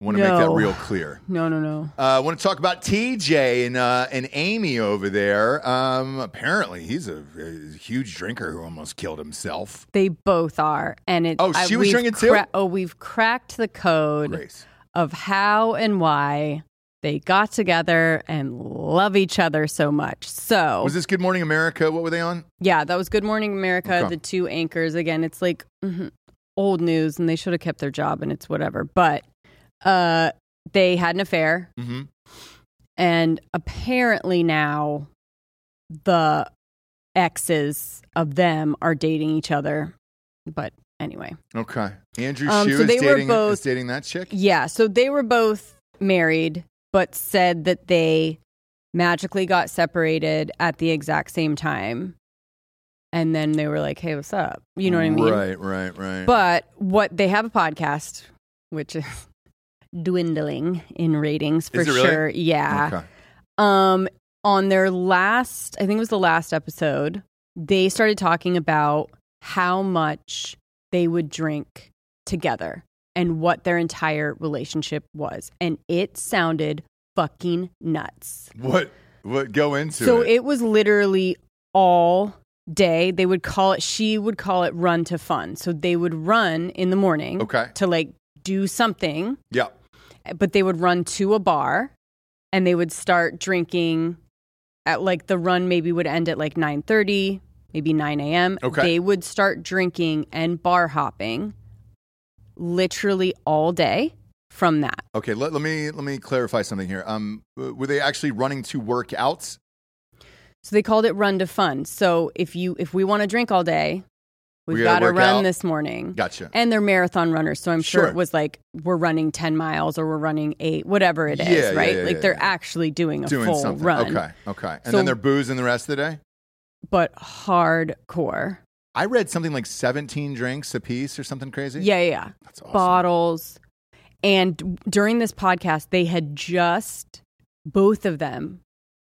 B: want to make that
C: No.
B: real clear.
C: no, no, no.
B: I uh, want to talk about TJ and uh, and Amy over there. Um, apparently, he's a, a huge drinker who almost killed himself.
C: They both are, and it.
B: Oh, she was
C: we've
B: drinking too?
C: Oh, we've cracked the code
B: Grace.
C: of how and why they got together and love each other so much. So
B: Was this Good Morning America? What were they on?
C: yeah, that was Good Morning America.
B: Okay.
C: The two anchors again. It's like mhm, old news, and they should have kept their job, and it's whatever. But uh, they had an affair.
B: Mm-hmm.
C: and apparently now the exes of them are dating each other but anyway
B: Okay. Andrew
C: Um,
B: Shue
C: so
B: is,
C: they were
B: dating, is
C: both-
B: dating that chick?
C: yeah so they were both married but said that they magically got separated at the exact same time and then they were like hey what's up you know what i mean
B: Right, right, right.
C: But what they have a podcast, which is dwindling in ratings for
B: Is it really?
C: sure. Yeah.
B: Okay.
C: Um, on their last, I think it was the last episode, they started talking about how much they would drink together and what their entire relationship was, and it sounded fucking nuts.
B: What? What? Go into
C: So
B: it.
C: it was literally all day. They would call it, she would call it run to fun. So they would run in the morning
B: Okay.
C: to like do something,
B: Yeah.
C: but they would run to a bar and they would start drinking at like the run maybe would end at like 9 30, maybe 9 a.m.
B: Okay.
C: They would start drinking and bar hopping literally all day from that.
B: Okay. Let, let me let me clarify something here. Um, w- were they actually running to work out?
C: So they called it run to fun. So if you if we want to drink all day, we've
B: We gotta
C: got to
B: work
C: run
B: out.
C: this morning.
B: Gotcha.
C: and they're marathon runners, so I'm sure,
B: Sure.
C: it was like we're running 10 miles or we're running 8, whatever it is,
B: Yeah, yeah,
C: right?
B: yeah,
C: like
B: yeah,
C: they're
B: yeah.
C: actually doing a
B: Doing
C: full
B: something.
C: run,
B: Okay. Okay. And
C: So-
B: then they're boozing the rest of the day.
C: but hardcore.
B: I read something like 17 drinks a piece or something crazy.
C: Yeah, yeah, yeah.
B: That's awesome.
C: bottles. And d- during this podcast, they had just both of them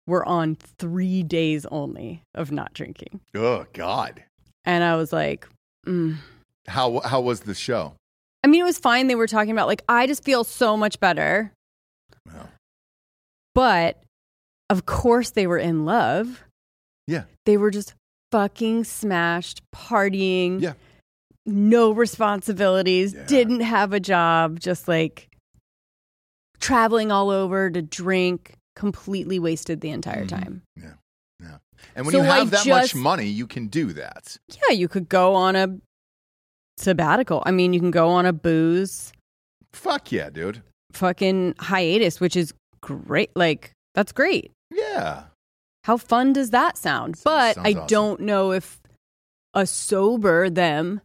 C: were on 3 days only of not drinking.
B: Oh God.
C: And I was like, mm,
B: How how was the show?
C: I mean, it was fine. They were talking about like I just feel so much better,
B: Wow.
C: but of course they were in love.
B: Yeah.
C: They were just fucking smashed, partying.
B: Yeah.
C: No responsibilities,
B: Yeah.
C: didn't have a job, just like traveling all over to drink, completely wasted the entire
B: Mhm.
C: time.
B: And when
C: So
B: you have
C: I
B: that much
C: just-
B: money, you can do that.
C: Yeah, you could go on a sabbatical. I mean, you can go on a booze
B: Fuck yeah, dude.
C: fucking hiatus, which is great. Like, that's great.
B: Yeah.
C: How fun does that sound?
B: Sounds-
C: But
B: sounds
C: I
B: awesome.
C: don't know if a sober them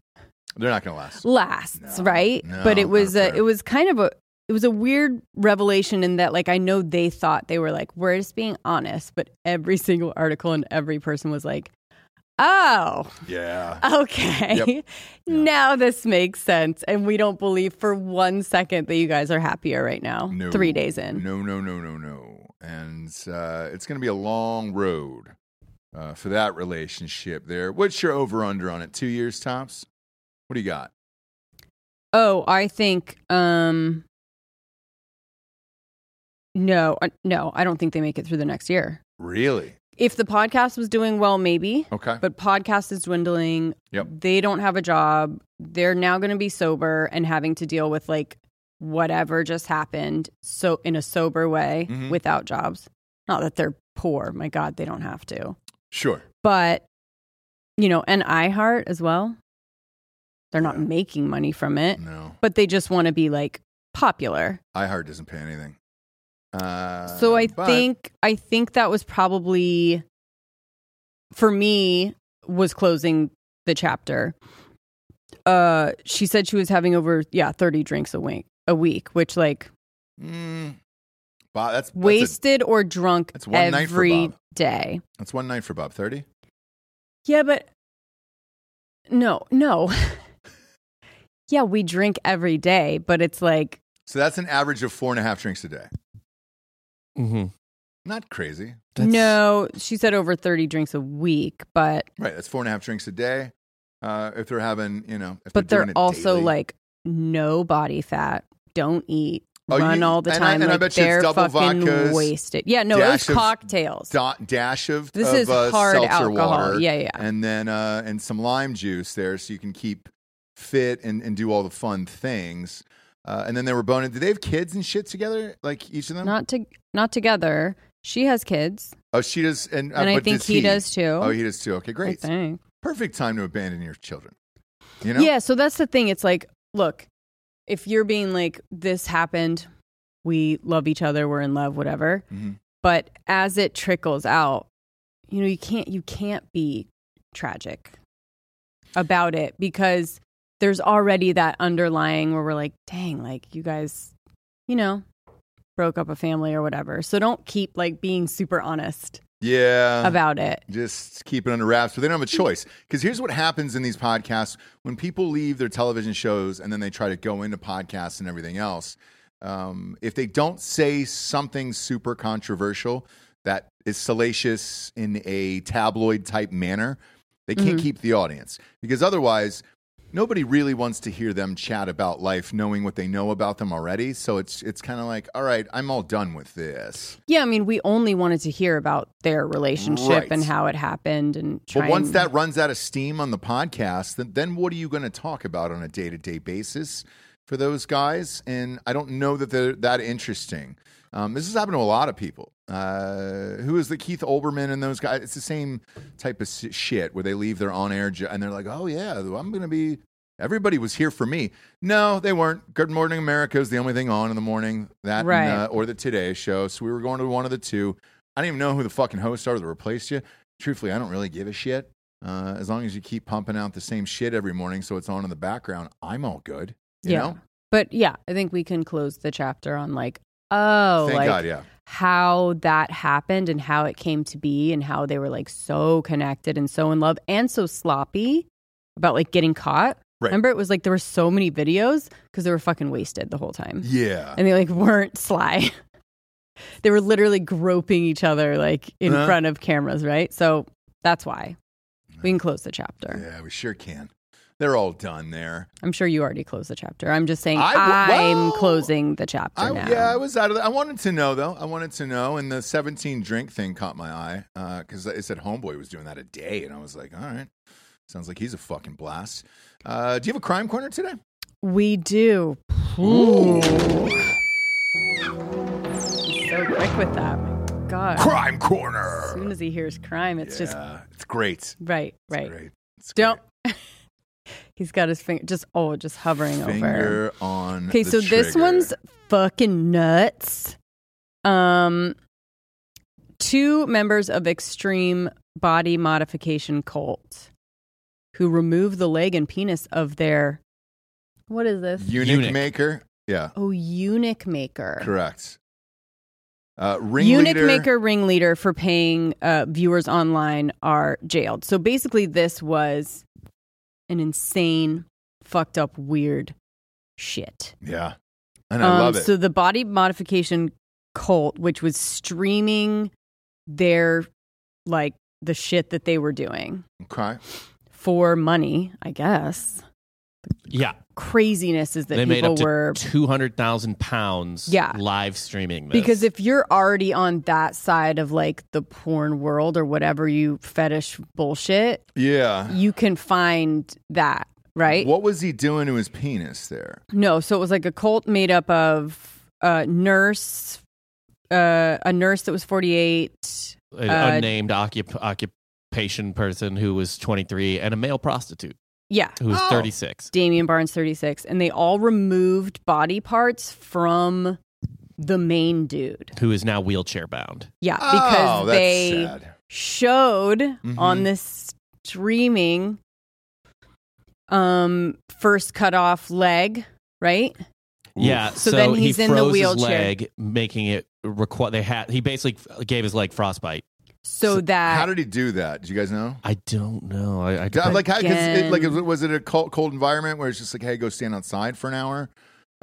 B: They're not going to last.
C: lasts,
B: No,
C: right?
B: no,
C: but it
B: not
C: was a,
B: fair.
C: it was kind of a it was a weird revelation in that like I know they thought they were like we're just being honest, but every single article and every person was like, "Oh,
B: Yeah.
C: okay.
B: Yep.
C: Now this makes sense." And we don't believe for one second that you guys are happier right now.
B: No.
C: 3 days in.
B: No, no, no, no, no. And uh, it's going to be a long road uh, for that relationship there. What's your over under on it? Two years tops? What do you got?
C: Oh, I think um No, uh, no, I don't think they make it through the next year.
B: Really?
C: If the podcast was doing well, maybe.
B: Okay.
C: But podcast is dwindling.
B: Yep.
C: They don't have a job. They're now going to be sober and having to deal with like whatever just happened so in a sober way
B: Mhm.
C: without jobs. Not that they're poor. My god, they don't have to.
B: Sure.
C: But you know, and iHeart as well. They're not making money from it,
B: No.
C: but they just want to be like popular.
B: iHeart doesn't pay anything. Uh,
C: so I
B: but-
C: think I think that was probably for me was closing the chapter. Uh she said she was having over yeah, 30 drinks a week a week, which like
B: Mm, Bob, that's, that's, a,
C: wasted or drunk
B: that's one night for
C: every
B: Bob.
C: day.
B: that's one night for Bob. 30?
C: Yeah, but no, no. yeah, we drink every day, but it's like
B: So that's an average of four and a half drinks a day.
D: Mm-hmm.
B: Not crazy.
C: no, she said over 30 drinks a week, but
B: Right. That's four and a half drinks a day. Uh, if they're having, you know, if
C: but
B: they're,
C: they're
B: doing it
C: also
B: daily.
C: like no body fat, don't eat,
B: Oh, you-
C: run all the
B: and I-
C: time.
B: and I
C: like,
B: bet you it's
C: they're
B: double
C: fucking
B: vodkas,
C: wasted. Yeah, no, it was
B: dash of
C: cocktails.
B: da- dash of
C: This
B: of,
C: is
B: uh,
C: hard
B: seltzer
C: alcohol.
B: water,
C: Yeah, yeah.
B: and then uh, and some lime juice there, so you can keep fit and, and do all the fun things. Uh, and then they were boning. Do they have kids and shit together? Like each of them?
C: not to not together. She has kids,
B: oh, she does, and, uh,
C: and I
B: but
C: think
B: does
C: he, does too.
B: Oh, he does too. Okay,
C: I
B: great.
C: think.
B: Perfect time to abandon your children. You know,
C: Yeah, so that's the thing. It's like, look, if you're being like, this happened, we love each other, we're in love, whatever.
B: Mhm.
C: But as it trickles out, you know, you can't you can't be tragic about it because there's already that underlying where we're like, dang, like you guys, you know, broke up a family or whatever. So don't keep like being super honest
B: yeah.
C: about it.
B: just keep it under wraps, but they don't have a choice. Because here's what happens in these podcasts when people leave their television shows and then they try to go into podcasts and everything else. Um, if they don't say something super controversial that is salacious in a tabloid type manner, they can't keep the audience because otherwise, nobody really wants to hear them chat about life, knowing what they know about them already. So it's it's kind of like, all right, I'm all done with this.
C: Yeah, I mean, we only wanted to hear about their relationship
B: Right.
C: and how it happened and try
B: But once
C: and-
B: that runs out of steam on the podcast, then, then what are you going to talk about on a day to day basis for those guys? And I don't know that they're that interesting. Um, this has happened to a lot of people. Uh, who is the Keith Olbermann and those guys? It's the same type of s- shit where they leave their on air jo- and they're like, oh, yeah, I'm going to be. Everybody was here for me. No, they weren't. Good Morning America is the only thing on in the morning, that and,
C: Right.
B: uh, or the Today Show. So we were going to one of the two. I didn't even know who the fucking hosts are that replaced you. Truthfully, I don't really give a shit. Uh, as long as you keep pumping out the same shit every morning, so it's on in the background, I'm all good. You
C: yeah.
B: know?
C: But yeah, I think we can close the chapter on like, oh,
B: Thank
C: like
B: God, yeah.
C: how that happened and how it came to be and how they were like so connected and so in love and so sloppy about like getting caught.
B: Right.
C: Remember, it was like there were so many videos because they were fucking wasted the whole time
B: Yeah.
C: and they like weren't sly. they were literally groping each other like in
B: Uh-huh.
C: front of cameras, right? So that's why we can close the chapter.
B: Yeah, we sure can. They're all done there.
C: I'm sure you already closed the chapter. I'm just saying
B: I w-
C: I'm
B: well,
C: closing the chapter
B: I,
C: now.
B: yeah, I was out of that. I wanted to know, though. I wanted to know. And the 17 drink thing caught my eye because it said Homeboy was doing that a day. And I was like, all right. Sounds like he's a fucking blast. Uh, do you have a crime corner today?
C: we do. Ooh. He's so quick with that. My God.
B: Crime
C: As
B: corner.
C: soon as he hears crime, it's just
B: Yeah, it's great.
C: right, right.
B: Great. It's
C: Don't He's got his finger just oh, just hovering over.
B: Finger on.
C: Okay,
B: the
C: so this
B: trigger.
C: one's fucking nuts. Um, two members of extreme body modification cult who remove the leg and penis of their what is this?
B: eunuch,
D: Eunuch.
B: maker. Yeah,
C: Oh, eunuch maker.
B: correct. Uh, ring
C: Eunuch maker ringleader for paying uh, viewers online are jailed. So basically, this was an insane, fucked up, weird shit. Um,
B: Yeah, and I love it.
C: So the body modification cult, which was streaming their like the shit that they were doing
B: okay.
C: for money, I guess.
D: Yeah,
C: Craziness is that
D: they made
C: people
D: up to
C: were
D: two hundred thousand pounds.
C: Yeah.
D: live streaming this.
C: Because if you're already on that side of like the porn world or whatever you fetish bullshit,
B: Yeah.
C: you can find that, right?
B: What was he doing to his penis there?
C: No, so it was like a cult made up of a nurse, uh, a nurse that was 48,
D: an
C: uh,
D: unnamed occup- occupation person who was twenty three and a male prostitute
C: yeah,
D: who was
B: Oh.
D: thirty six.
C: Damian Barnes 36, and they all removed body parts from the main dude.
D: Who is now wheelchair bound?
C: Yeah, because
B: oh, that's
C: they
B: sad.
C: showed on
B: Mhm.
C: this streaming um first cut off leg right
D: Yeah,
C: So
D: so,
C: then
D: he
C: he's
D: froze
C: in the
D: his
C: wheelchair.
D: leg, making it require they had. He basically f- gave his leg frostbite.
C: so, that
B: How did he do that? Do you guys know?
D: I don't know. I, I
B: Yeah, like, how, 'cause it, like,
C: Again.
B: was it a cold, cold environment where it's just like, hey, go stand outside for an hour,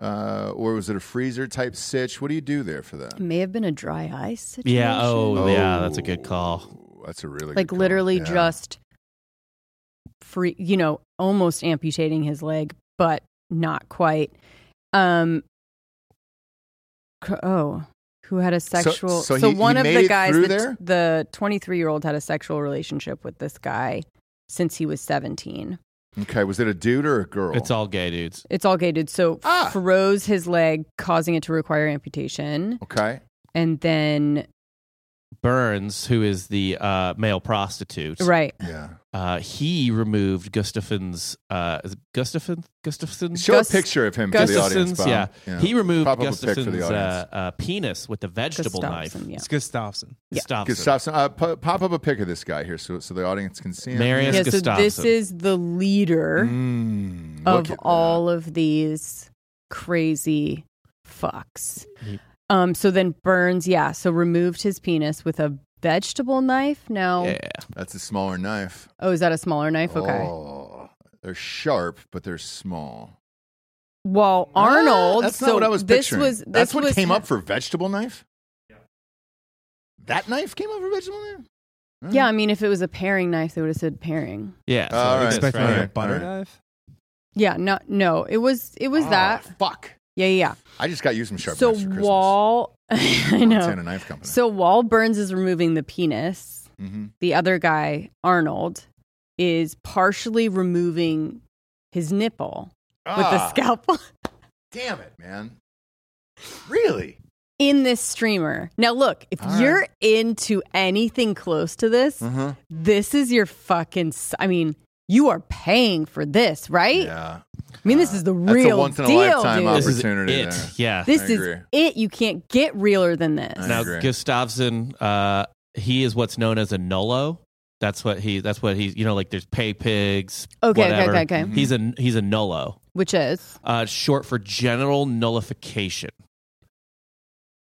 B: uh, or was it a freezer type sitch? What do you do there for that?
C: it may have been a dry ice situation.
D: Yeah. Oh, yeah. That's a good call.
B: That's a really good
C: like
B: call.
C: literally
B: Yeah.
C: just free you know almost amputating his leg but not quite um c- oh who had a sexual
B: so he- he
C: one of
B: made
C: the
B: it
C: guys
B: through
C: the,
B: there?
C: the 23 year old had a sexual relationship with this guy since he was 17
B: okay. Was it a dude or a girl?
D: It's all gay dudes.
C: it's all gated so
B: Ah.
C: froze his leg causing it to require amputation
B: okay.
C: and then
D: Burns, who is the uh, male prostitute,
C: right
B: Yeah.
D: uh, he removed Gustafson's uh, is it Gustafson Gustafson
B: Show
C: Gus-
B: a picture of him for the audience.
D: Gustafson's
B: Bob.
D: yeah. he removed
B: Pop up a pic for the
D: Gustafson's uh,
B: audience.
D: uh, penis with a vegetable knife.
C: Gustafsson, yeah.
E: It's Gustafson.
C: Yeah.
D: Gustafsson.
B: Gustafson, uh, po- pop up a pic of this guy here so so the audience can see him.
D: Marius
C: yeah so this
D: Gustafsson.
C: is the leader
B: Mm, look
C: of
B: at
C: all of these crazy fucks.
D: Neat.
C: Um, so then Burns, yeah, so removed his penis with a vegetable knife. No,
D: Yeah.
B: that. That's a smaller knife.
C: oh, is that a smaller knife? Okay.
B: Oh, they're sharp, but they're small.
C: Well, Arnold.
B: Ah, That's
C: so
B: not what I was
C: this
B: picturing.
C: was this
B: That's what
C: was
B: came up for vegetable knife. That knife came up for vegetable knife. All
C: Yeah, I
B: right.
C: mean, if it was a paring knife, they would have said paring.
D: Yeah. So
B: All
D: like
B: right,
D: this,
E: Expecting
D: right?
B: all
E: a
B: right,
E: butter
B: all right.
E: knife.
C: Yeah, no, no, it was it was
B: Oh,
C: that.
B: Fuck.
C: Yeah, yeah.
B: I just got you some
C: yeah.
B: sharp
C: So
B: knives for Christmas.
C: Wall, I
B: Montana
C: know.
B: Knife Company.
C: So Wall Burns is removing the penis.
B: mm-hmm.
C: the other guy, Arnold, is partially removing his nipple with
B: Ah.
C: the scalpel
B: Damn it, man. Really?
C: in this streamer. Now, look, if
B: All right.
C: you're into anything close to this,
B: Uh-huh.
C: this is your fucking. s- I mean, you are paying for this, right?
B: Yeah.
C: I mean, this is the
B: That's a
C: real
B: once in a
C: deal,
B: lifetime
C: dude.
B: opportunity.
D: This is
B: Opportunity
D: it.
B: there.
D: Yeah.
C: This
B: I agree.
C: is it. You can't get realer than this.
B: I
D: now
B: agree.
D: Gustafsson, uh, he is what's known as a nullo. That's what he. That's what he's. You know, like there's pay pigs.
C: Okay, okay,
D: whatever.
C: okay, okay.
B: Mhm.
D: He's a he's a nullo.
C: Which is
D: Uh, it's short for general nullification.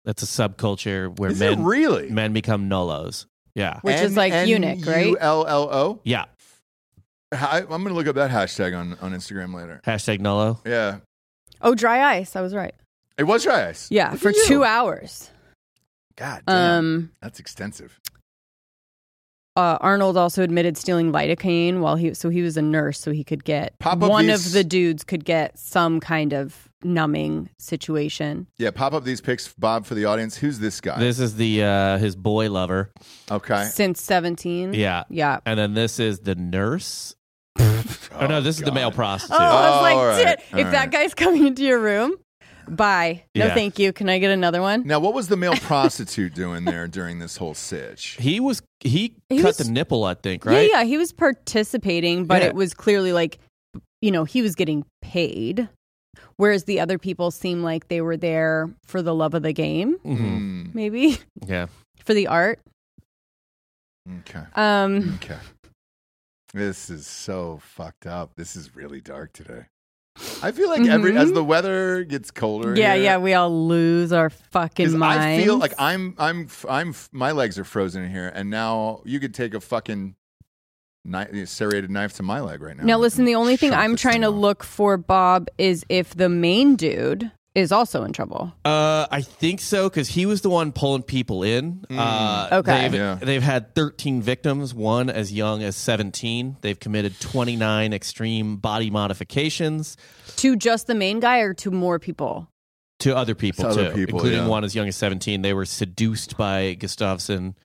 D: That's a subculture where
B: Is
D: men
B: it really?
D: men become nullos. Yeah,
C: which is like eunuch, right?
B: U L L O.
D: yeah.
B: I'm going to look up that hashtag on, on Instagram later.
D: Hashtag nullo.
B: Yeah.
C: oh, dry ice. I was right.
B: It was dry ice.
C: Yeah,
B: Look
C: for
B: at you.
C: two hours.
B: God damn.
C: Um.
B: That's extensive.
C: uh, Arnold also admitted stealing lidocaine while he so he was a nurse, so he could get
B: Pop up
C: one
B: these-
C: of the dudes could get some kind of numbing situation.
B: Yeah, pop up these pics, Bob, for the audience. Who's this guy?
D: This is the uh, his boy lover.
B: okay.
C: Since seventeen,
D: Yeah,
C: yeah.
D: and then this is the nurse. Oh, no, this is the male
C: Oh,
D: prostitute.
C: I was
B: Oh,
C: like,
B: all right,
C: "Shit,
B: all
C: if
B: right.
C: that guy's coming into your room, bye. No,
D: Yeah.
C: thank you. Can I get another one?
B: Now, what was the male prostitute doing there during this whole sitch?
D: He was he,
C: He
D: cut
C: was-
D: the nipple, I think, right?
C: Yeah, yeah. He was participating, but
D: Yeah.
C: it was clearly like you know, he was getting paid, whereas the other people seem like they were there for the love of the game,
D: Mhm.
B: Mm,
C: maybe
D: Yeah.
C: for the art.
B: Mm, okay.
C: Um,
B: Okay. This is so fucked up. This is really dark today. I feel like every
C: Mhm.
B: as the weather gets colder.
C: yeah,
B: here,
C: yeah, we all lose our
B: 'Cause
C: fucking mind.
B: I feel like I'm, I'm, I'm. My legs are frozen in here, and now you could take a fucking knife, serrated knife to my leg right now.
C: Now, listen, the
B: and
C: only thing
B: chop
C: I'm
B: this
C: trying
B: thing
C: to
B: off.
C: look for, Bob, is if the main dude is also in trouble.
D: Uh, I think so because he was the one pulling people in. Uh,
C: Okay.
D: They've,
B: Yeah.
D: they've had 13 victims, one as young as 17. They've committed 29 extreme body modifications
C: To just the main guy or to more people?
D: to other people,
B: To other
D: too,
B: people,
D: including
B: yeah.
D: one as young as 17. They were seduced by Gustafsson.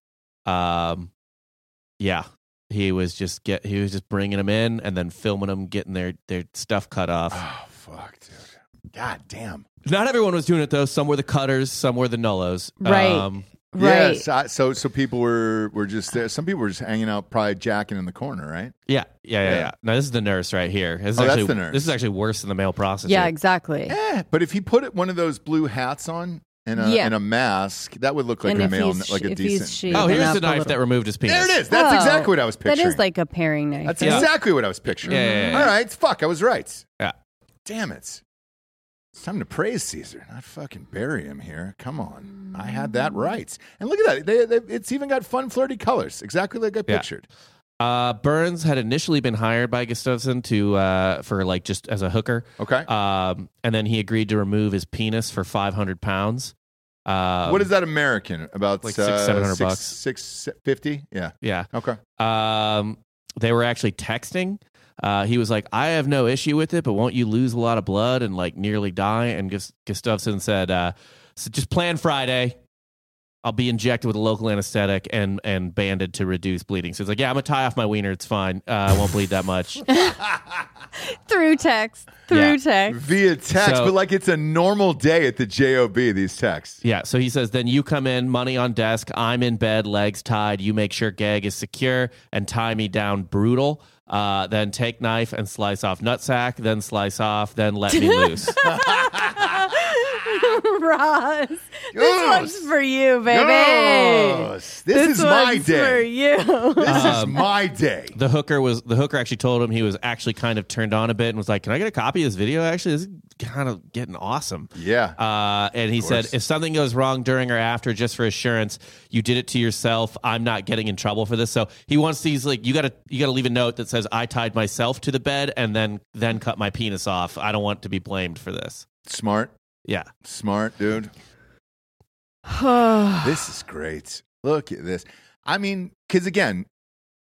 D: Um, yeah, he was just get he was just bringing them in and then filming them getting their their stuff cut off.
B: Oh fuck, dude. God damn.
D: Not everyone was doing it though. Some were the cutters, some were the nullos. Um,
C: Right. Right.
B: Yes. I, so, so people were were just there. Some people were just hanging out, probably jacking in the corner, right?
D: Yeah, yeah, yeah,
B: Yeah.
D: yeah. No, this is the nurse right here. This is
B: Oh, that's
D: actually,
B: the nurse.
D: This is actually worse than the male prostitute.
C: Yeah, exactly.
B: Eh, but if he put it, one of those blue hats on and a,
C: Yeah.
B: and a mask, that would look like
C: And
B: a
C: if
B: male,
C: he's
B: like
C: sh-
B: a
C: if he's
B: decent.
C: she-
D: Oh, here's
C: Open
D: the
C: up a
D: knife that
C: little-
D: removed his penis.
B: there it is. That's
C: Oh.
B: exactly what I was
C: That
B: picturing.
C: is like a pairing knife.
B: That's
D: Yeah.
B: exactly what I was picturing.
D: Yeah, yeah, yeah.
B: All right, fuck, I was right.
D: Yeah.
B: Damn it. It's time to praise Caesar, not fucking bury him here. Come on. I had that
C: Mm.
B: right. And look at that. They, they, it's even got fun, flirty colors, exactly like I
D: Yeah.
B: pictured.
D: Uh, Burns had initially been hired by Gustafson to uh, for like just as a hooker,
B: Okay.
D: um, and then he agreed to remove his penis for 500 pounds. Um,
B: what is that American? About
D: like six,
B: uh,
D: 700
B: six-
D: bucks.
B: six, se- 50? Yeah.
D: Yeah.
B: Okay.
D: Um, they were actually texting. Uh, he was like, "I have no issue with it, but won't you lose a lot of blood and like nearly die?" And Gus- Gustafsson said, uh, so "Just plan Friday. I'll be injected with a local anesthetic and and banded to reduce bleeding." So it's like, "Yeah, I'm gonna tie off my wiener. It's fine. Uh, I won't bleed that much."
C: through text. Through
D: Yeah.
C: text.
B: Via text,
D: So-
B: but like it's a normal day at the JOB, these texts.
D: yeah. So he says, "Then you come in, money on desk. I'm in bed, legs tied. You make sure gag is secure and tie me down brutal." Uh, then take knife and slice off nutsack, then slice off, then let me loose.
C: Ross. This
B: Yes.
C: one's for you, baby.
B: Yes. This, is my
C: one's for
B: day.
C: you.
B: This is my day.
D: the hooker was the hooker actually told him he was actually kind of turned on a bit and was like, "Can I get a copy of this video? Actually, this is kind of getting awesome."
B: Yeah.
D: Uh, and he said,
B: course.
D: "If something goes wrong during or after, just for assurance, you did it to yourself. I'm not getting in trouble for this." So he wants these like you got to you got to leave a note that says, "I tied myself to the bed and then then cut my penis off. I don't want to be blamed for this."
B: Smart.
D: Yeah,
B: Smart, dude. this is great. Look at this. I mean, because again,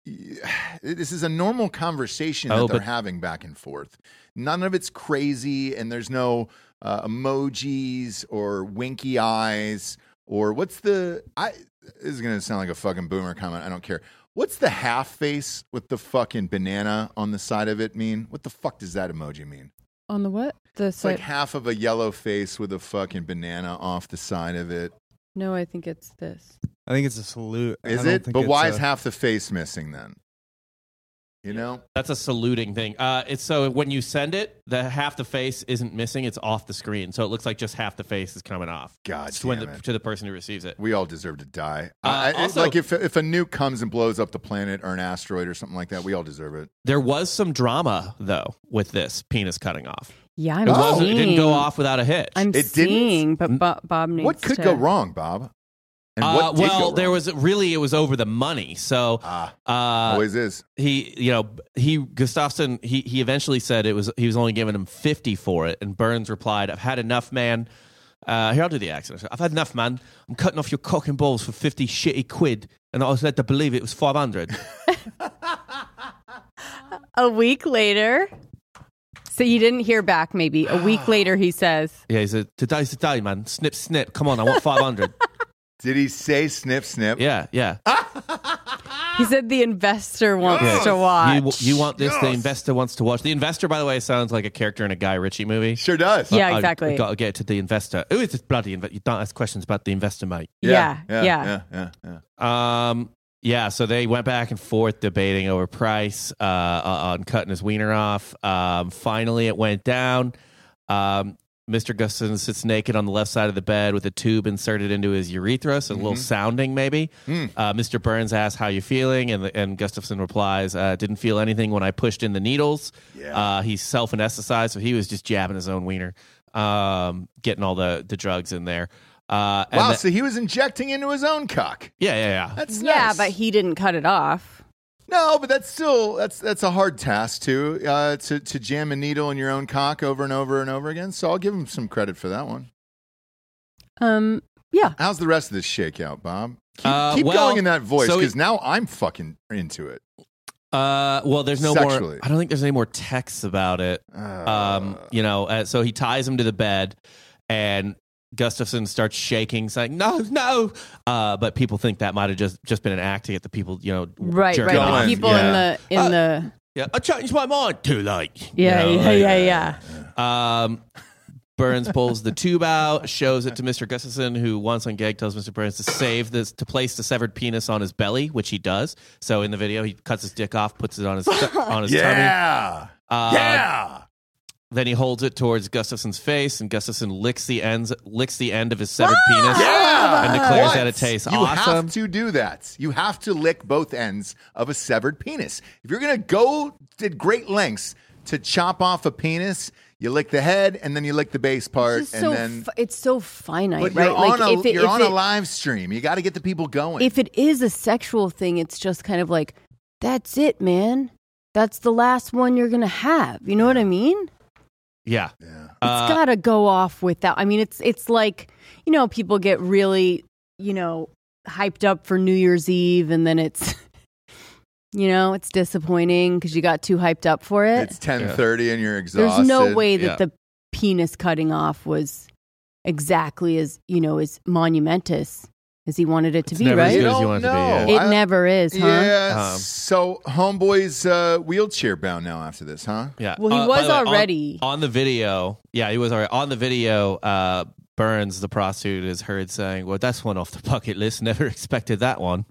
B: y- this is a normal conversation
D: Oh,
B: that they're
D: but-
B: having back and forth. None of it's crazy, and there's no uh, emojis or winky eyes or what's the. I this is gonna sound like a fucking boomer comment. I don't care. What's the half face with the fucking banana on the side of it mean? What the fuck does that emoji mean?
C: On the what? The
B: It's like half of a yellow face with a fucking banana off the side of it.
C: No, I think it's this.
E: I think it's a salute. I
B: Is
E: don't
B: it?
E: think
B: But
E: it's
B: why
E: a-
B: is half the face missing then? You know?
D: that's a saluting thing. Uh, it's so when you send it, the half the face isn't missing; it's off the screen, so it looks like just half the face is coming off.
B: God
D: It's when
B: damn
D: the,
B: it.
D: to the person who receives it.
B: We all deserve to die.
D: Uh,
B: I, I-
D: also-
B: like if if a nuke comes and blows up the planet or an asteroid or something like that, we all deserve it.
D: There was some drama though with this penis cutting off.
C: Yeah,
D: It,
C: I'm
B: Oh.
D: wasn't, it
C: seeing.
D: didn't go off without a hitch.
C: I'm
B: It didn't?
C: seeing, but Bo- Bob needs
B: what could
C: to-
B: go wrong, Bob? And
D: uh,
B: did
D: well,
B: go
D: there
B: wrong?
D: was really it was over the money. So
B: ah
D: uh,
B: always is.
D: he, you know, he Gustafsson he he eventually said it was he was only giving him fifty for it, and Burns replied, "I've had enough, man." Uh, here I'll do the accent. I've had enough, man. I'm cutting off your cock and balls for fifty shitty quid, and I was led to believe it was five hundred.
C: A week later. So you didn't hear back, maybe. A week later, he says,
D: yeah, he said, "Today's the day, man. Snip, snip. Come on, I want five hundred.
B: Did he say snip snip?
D: yeah, yeah.
C: he said the investor wants
A: Yes.
C: to watch.
D: You, you want this? The
A: Yes.
D: investor wants to watch. The investor, by the way, sounds like a character in a Guy Ritchie movie.
B: Sure does.
C: Yeah,
D: I-
C: exactly.
D: I, got to get to the investor. Who is this bloody investor? You don't ask questions about the investor, mate.
C: yeah, yeah.
B: Yeah. Yeah. yeah, yeah.
D: Um, Yeah, so they went back and forth debating over price uh, on cutting his wiener off. Um, finally, it went down. Um, Mr. Gustafson sits naked on the left side of the bed with a tube inserted into his urethra, so a
B: Mm-hmm.
D: little sounding maybe.
B: Hmm.
D: Uh, Mr. Burns asks how you feeling, and and Gustafson replies, uh, "Didn't feel anything when I pushed in the needles."
B: Yeah.
D: Uh, he's self anesthetized, so he was just jabbing his own wiener, um, getting all the the drugs in there. Uh, and
B: Wow,
D: the-
B: so he was injecting into his own cock.
D: yeah, yeah, yeah.
B: That's
C: Yeah,
B: nice.
C: but he didn't cut it off.
B: No, but that's still that's that's a hard task too. Uh, to to jam a needle in your own cock over and over and over again. So I'll give him some credit for that one.
C: Um, yeah.
B: How's the rest of this shakeout, Bob? Keep,
D: Uh,
B: keep
D: well,
B: going in that voice
D: so he-
B: because now I'm fucking into it.
D: Uh, well, there's no
B: Sexually.
D: more. I don't think there's any more texts about it. Um, you know, uh, so he ties him to the bed, and Gustafson starts shaking, saying, "No, no." Uh, but people think that might have just just been an act to get the people, you know,
C: Right,
D: jerking
C: right.
B: Gone.
D: off.
C: The people
B: Yeah.
C: in the in
D: Uh,
C: the
D: Yeah, I changed my mind. Too late.
C: yeah,
D: You
C: yeah,
D: know, like-
C: yeah, yeah.
D: Um, Burns pulls the tube out, shows it to Mr. Gustafson, who once on gag tells Mr. Burns to save this, to place the severed penis on his belly, which he does. So in the video, he cuts his dick off, puts it on his on his tummy.
B: yeah,
D: Uh,
B: yeah.
D: Then he holds it towards Gustafson's face, and Gustafson licks the ends, licks the end of his severed penis,
B: Yeah.
D: and declares that
B: What?
D: it tastes
B: you
D: awesome.
B: have to do that. You have to lick both ends of a severed penis. If you're going to go to great lengths to chop off a penis, you lick the head and then you lick the base part
C: It's just
B: and
C: so
B: then
C: fi- it's so finite,
B: but
C: right?
B: you're on a
C: it-
B: you're on
C: it,
B: a live stream. You got to get the people going.
C: if it is a sexual thing, it's just kind of like that's it, man. That's the last one you're gonna have. You know what I mean?
D: yeah,
B: yeah.
D: Uh,
C: it's got to go off without. I mean, it's it's like you know people get really you know hyped up for New Year's Eve, and then it's you know it's disappointing because you got too hyped up for it.
B: It's 10:30 and you're
C: There's
B: exhausted.
C: no way that
D: Yeah.
C: the penis cutting off was exactly as you know as monumentous as he wanted it to
D: It's
C: be,
D: never as
B: You
C: right?
D: good as
B: don't
D: you want it to be,
B: know.
D: yeah.
C: It
B: I-
C: never is, huh?
B: Yeah.
D: Um,
B: so homeboy's uh, wheelchair bound now after this, huh?
D: yeah.
C: Well, he
D: Uh, by
C: was
D: the way, on-
C: already.
D: on the video yeah he was alright on the video uh burns the prostitute is heard saying well that's one off the bucket list never expected that one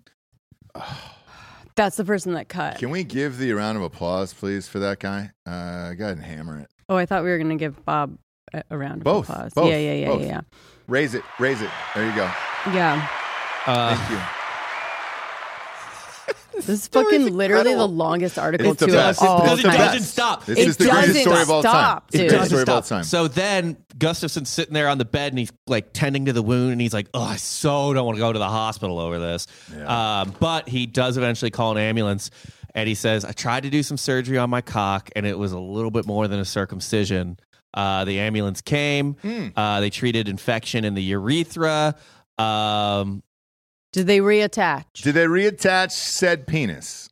C: that's the person that cut.
B: Can we give the round of applause, please, for that guy? Uh, go ahead and hammer it.
C: Oh, I thought we were going to give Bob a, a round of
B: Both,
C: applause.
B: both,
C: yeah, yeah, yeah,
B: both.
C: yeah,
B: Raise it, raise it. There you go.
C: yeah. Yeah.
D: uh
B: Thank you.
C: This is fucking literally the longest article
B: It's the
C: to
B: best. It's
C: us all
B: the
D: because it
B: best.
C: time.
D: doesn't stop
B: This
C: It
B: is the greatest
C: doesn't
B: story of all
C: stop,
B: time.
C: dude.
B: It's the greatest story of all
D: stop.
B: time.
D: So then Gustafson's sitting there on the bed and he's like tending to the wound and he's like, oh, I so don't want to go to the hospital over this. Um, but he does eventually call an ambulance and he says, I tried to do some surgery on my cock and it was a little bit more than a circumcision. Uh, the ambulance came. Uh, they treated infection in the urethra. Um,
C: Did they reattach?
B: Did they reattach said penis?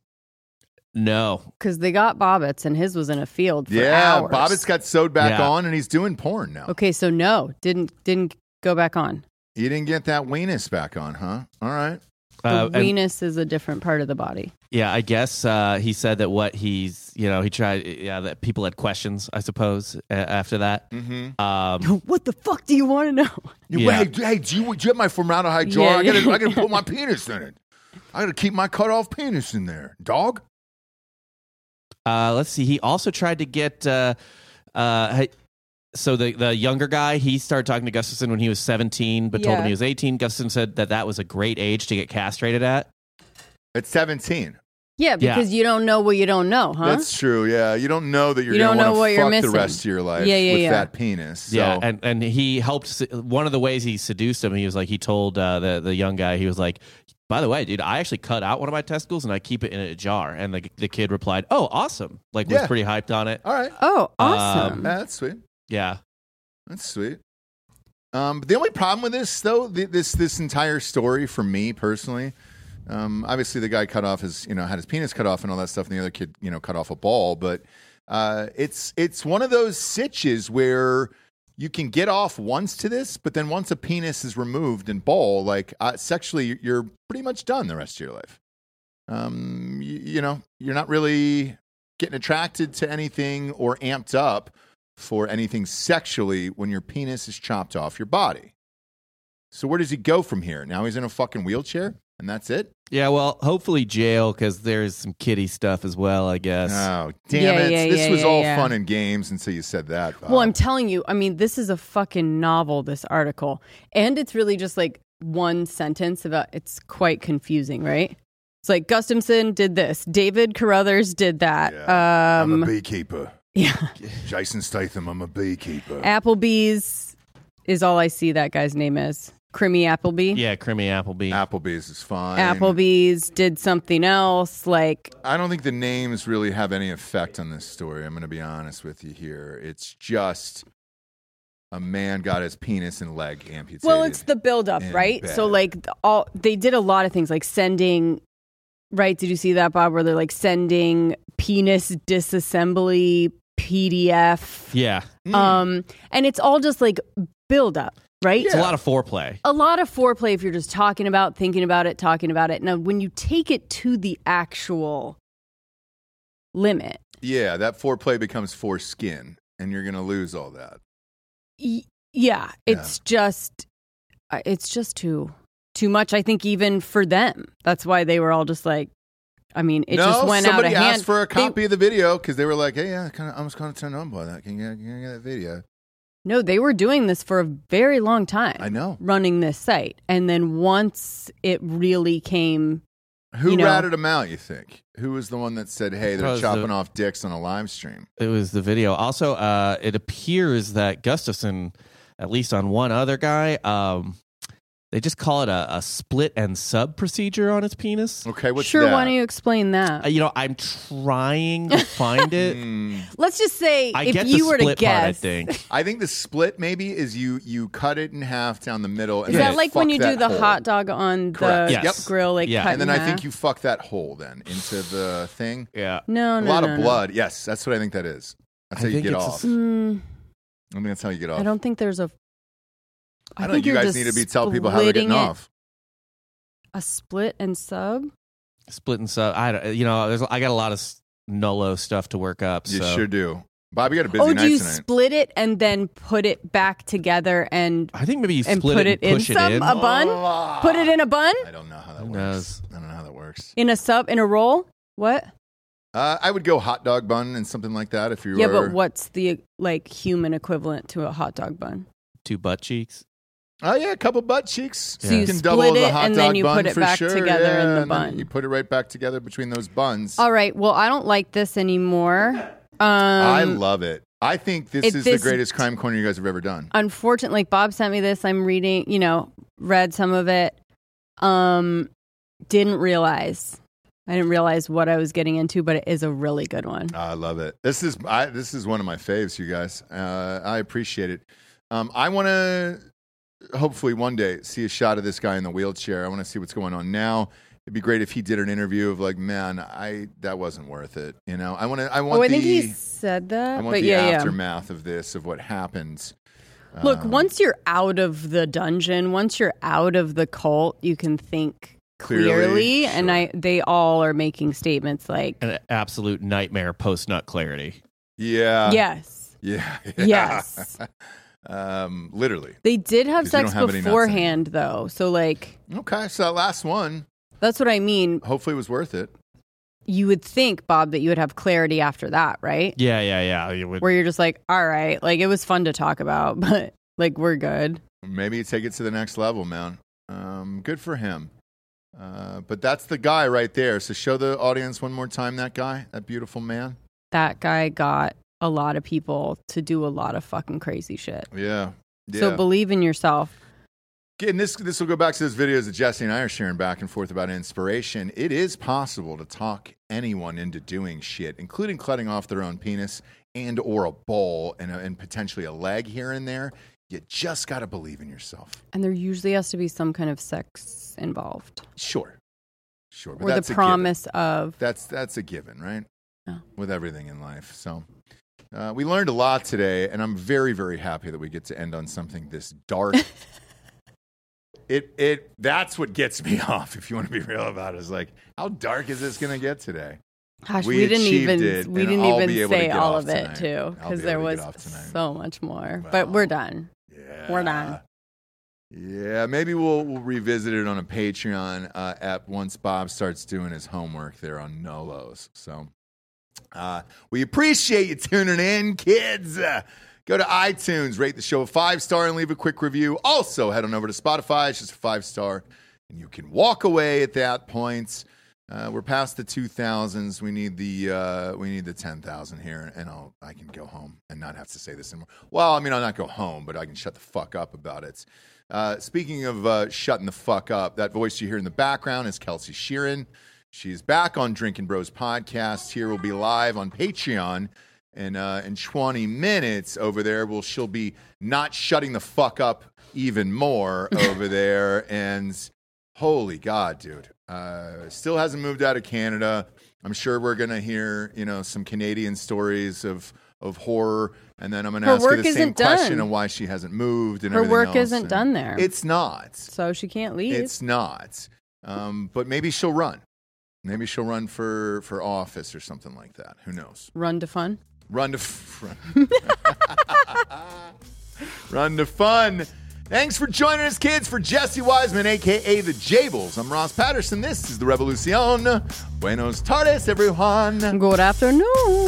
D: no.
C: Because they got Bobbitts and his was in a field for
B: yeah,
C: hours.
B: Bobbitt's got sewed back
D: Yeah.
B: on and he's doing porn now.
C: Okay, so no, didn't didn't go back on.
B: You didn't get that weenus back on, huh? All right.
C: The
D: Uh, and-
C: venus is a different part of the body.
D: Yeah, I guess uh, he said that what he's, you know, he tried, yeah, that people had questions, I suppose, a- after that. Mm-hmm. Um,
C: what the fuck do you want to know?
D: Yeah.
B: Hey, hey, do you, do you have my formaldehyde jar?
C: Yeah,
B: I gotta,
C: yeah.
B: I gotta put my penis in it. I gotta keep my cut off penis in there, dog.
D: uh, let's see. He also tried to get, uh, uh, he- so the, the younger guy, he started talking to Gustafson when he was 17, but told him
C: Yeah.
D: he was 18. Gustafson said that that was a great age to get castrated at.
B: At seventeen,
C: Yeah,
D: Yeah.
C: because you don't know what you don't know, huh?
B: that's true. Yeah, you don't know that you're
C: You
B: gonna
C: don't know
B: wanna
C: what you're
B: fuck the
C: missing.
B: rest of your life
C: Yeah, yeah,
B: with
C: yeah.
B: that penis. So.
D: Yeah, and and he helped. se- One of the ways he seduced him, he was like, he told uh, the the young guy, he was like, by the way, dude, I actually cut out one of my testicles and I keep it in a jar. And the the kid replied, oh, awesome! Like
B: Yeah.
D: was pretty hyped on it.
B: all right,
C: oh,
D: Um,
C: awesome.
B: that's sweet.
D: Yeah,
B: That's sweet. Um, but the only problem with this, though, th- this this entire story for me personally, um, obviously the guy cut off his, you know, had his penis cut off and all that stuff, and the other kid, you know, cut off a ball. But uh, it's it's one of those sitches where you can get off once to this, but then once a penis is removed and ball, like uh, sexually, you're pretty much done the rest of your life. Um, you, you know, you're not really getting attracted to anything or amped up for anything sexually when your penis is chopped off your body. So where does he go from here? Now he's in a fucking wheelchair, and and that's it.
D: Yeah, well, hopefully jail because there's some kitty stuff as well, I guess.
B: Oh, damn
C: Yeah,
B: it!
C: yeah,
B: this
C: yeah,
B: was
C: yeah,
B: all
C: yeah.
B: fun and games until you said that. Bob.
C: Well, I'm telling you, I mean, this is a fucking novel, this article. And it's really just like one sentence about it's quite confusing, right? It's like Gustafson did this, David Carruthers did that.
B: Yeah.
C: Um
B: I'm a beekeeper.
C: yeah.
B: Jason Statham. I'm a beekeeper.
C: Applebee's is all I see that guy's name is. Crimmy Appleby.
D: Yeah, Creamy Appleby.
B: Applebee's is fine.
C: Applebee's did something else like
B: I don't think the names really have any effect on this story. I'm going to be honest with you here. It's just a man got his penis and leg amputated.
C: Well, it's the buildup,
B: and
C: right? So
B: bad.
C: like th- all they did a lot of things, like sending. Right? Did you see that, Bob? Where they're like sending penis disassembly PDF,
D: yeah.
B: Mm.
C: um, and it's all just like buildup, right?
D: It's a lot of foreplay.
C: a lot of foreplay if you're just talking about, thinking about it, talking about it. Now, when you take it to the actual limit,
B: yeah, that foreplay becomes foreskin, and you're going to lose all that.
C: Y- yeah,
B: Yeah.
C: it's just uh, it's just too too much I think even for them. That's why they were all just like I mean, it
B: no,
C: just went out of
B: somebody
C: hand.
B: asked for a
C: They-
B: copy of the video because they were like, "Hey, yeah, kinda, I was kind of turned on by that. Can you, can you get that video?"
C: no, they were doing this for a very long time.
B: I know.
C: Running this site. And then once it really came
B: Who
C: You know.
B: ratted him out? You think? Who was the one that said, "Hey, they're
D: Probably
B: chopping
D: the-
B: off dicks on a live stream"?
D: It was the video. Also, uh, it appears that Gustafson, at least on one other guy, um, they just call it a, a split and sub procedure on his penis.
B: Okay, what's
C: Sure,
B: that?
C: why don't you explain that?
D: Uh, you know, I'm trying to find it.
B: Mm.
C: Let's just say
D: I
C: if
D: get
C: you
D: the
C: were
D: split
C: to guess
D: part, I think.
B: I think the split maybe is you you cut it in half down the middle. And
C: Is
B: then
C: that like when
B: fuck
C: you do
B: that
C: the
B: hole.
C: hot dog on the
B: Correct. Yes. Yep.
C: grill, like
D: Yeah.
C: cut
B: and then
C: in
B: I think
C: half?
B: you fuck that hole then into the thing.
D: Yeah.
C: no,
B: A
C: no,
B: lot
C: no,
B: of
C: no.
B: blood. Yes, that's what I think that is. That's how
D: I
B: you
D: think
B: get
D: it's a
B: off.
D: s-
C: Mm.
B: I think that's how you get off.
C: I don't think there's a.
B: I don't think you
C: you're
B: guys
C: just
B: need to be telling people how they're getting
C: splitting it-
B: off.
C: A split and sub.
D: Split and sub. I don't, you know, there's, I got a lot of s- nullo stuff to work up.
B: You
D: so.
B: sure do. Bob, you got a busy
C: oh,
B: night
C: do you
B: tonight.
C: split it and then put it back together and
D: I think maybe you
C: and
D: split
C: put it,
D: it, and
C: in
D: push
C: some
D: it in.
C: a bun?
B: Ah.
C: Put it in a bun?
B: I don't know how that
D: Who
B: works.
D: knows?
B: I don't know how that works.
C: In a sub? In a roll? What?
B: Uh, I would go hot dog bun and something like that if you
C: Yeah,
B: were.
C: but what's the like human equivalent to a hot dog bun?
D: Two butt cheeks.
B: Oh yeah, a couple butt cheeks.
D: So you
B: can
C: split
B: double the
C: it
B: hot
C: and then
B: dog
C: you
B: bun
C: put it
B: for
C: back
B: sure.
C: together in
B: yeah,
C: the
B: and then
C: bun.
B: You put it right back together between those buns.
C: All right. Well, I don't like this anymore. Um,
B: I love it. I think this
C: it-
B: is
C: this-
B: the greatest crime corner you guys have ever done.
C: unfortunately like bob sent me this i'm reading you know read some of it um didn't realize i didn't realize what i was getting into but it is a really good one
B: I love it. This is I, this is one of my faves, you guys. Uh, I appreciate it. Um, I want to hopefully one day see a shot of this guy in the wheelchair. I want to see what's going on now. It'd be great if he did an interview of like, man, I that wasn't worth it. You know, I want to. I want
C: oh i
B: the.
C: think he said
B: I
C: that
B: want
C: but
B: the
C: yeah yeah
B: aftermath of this of what happens.
C: look
B: Um,
C: once you're out of the dungeon once you're out of the cult you can think
B: Clearly,
C: clearly, and
B: sure.
C: i they all are making statements like
D: An absolute nightmare post nut clarity.
B: yeah,
C: yes
B: uh, yeah,
C: Yes.
B: um, literally.
C: they did
B: 'Cause
C: have
B: you
C: sex
B: don't have any nuts
C: beforehand though so like
B: Okay, so that last one
C: that's what i mean
B: hopefully was worth it.
C: you would think, Bob, that you would have clarity after that, right?
D: Yeah, yeah, yeah. You would-
C: Where you're just like, all right, like it was fun to talk about, but like we're good.
B: Maybe you take it to the next level, man. Um, good for him. Uh, but that's the guy right there. So show the audience one more time that guy, that beautiful man.
C: That guy got a lot of people to do a lot of fucking crazy shit.
B: Yeah. Yeah.
C: So believe in yourself.
B: Again, this this will go back to those videos that Jesse and I are sharing back and forth about inspiration. It is possible to talk anyone into doing shit, including cutting off their own penis and or a ball and, a, and potentially a leg here and there. You just got to believe in yourself.
C: And there usually has to be some kind of sex involved
B: Sure, sure. But
C: or the
B: that's a given.
C: promise of.
B: That's that's a given, right?
C: Yeah.
B: With everything in life, so. Uh, we learned a lot today, and I'm very, very happy that we get to end on something this dark. it, it, that's what gets me off. If you want to be real about it, is like, how dark is this going to get today?
C: Gosh,
B: we
C: we, didn't
B: achieved
C: even
B: it,
C: we
B: and
C: didn't
B: I'll
C: even
B: be able to
C: say
B: get
C: all
B: off
C: of it
B: tonight. I'll
C: too
B: be
C: because
B: able
C: there
B: to get
C: was
B: off tonight.
C: so much more.
B: Wow.
C: But we're done.
B: Yeah,
C: We're done.
B: Yeah, maybe we'll, we'll revisit it on a Patreon uh, app once Bob starts doing his homework there on Nolos. So uh, we appreciate you tuning in, kids. Uh, go to iTunes, rate the show a five star, and leave a quick review. Also, head on over to Spotify. It's just a five star, and you can walk away at that point. Uh, we're past the two thousands. We need the uh, we need the ten thousand here, and I'll I can go home and not have to say this anymore. Well, I mean, I'll not go home, but I can shut the fuck up about it. Uh, speaking of uh, shutting the fuck up, that voice you hear in the background is Kelsey Sheeran. She's back on Drinking Bros podcast. Here we'll be live on Patreon in uh, in 20 minutes over there. Well, she'll be not shutting the fuck up even more over there. And holy god, dude, uh, still hasn't moved out of Canada. I'm sure we're gonna hear you know some Canadian stories of of horror, and then I'm gonna
C: Her
B: ask you
C: work
B: the same
C: isn't
B: question
C: done.
B: of why she hasn't moved. And
C: Her
B: everything
C: work
B: else.
C: isn't
B: And
C: done there.
B: It's not.
C: so she can't leave.
B: It's not. Um, but maybe she'll run. Maybe she'll run for, for office or something like that. Who knows?
C: Run to fun.
B: Run to f- run. run to fun. Thanks for joining us, kids. For Jesse Wiseman, aka the Jables, I'm Ross Patterson. This is the Revolucion. Buenos tardes, everyone.
C: Good afternoon.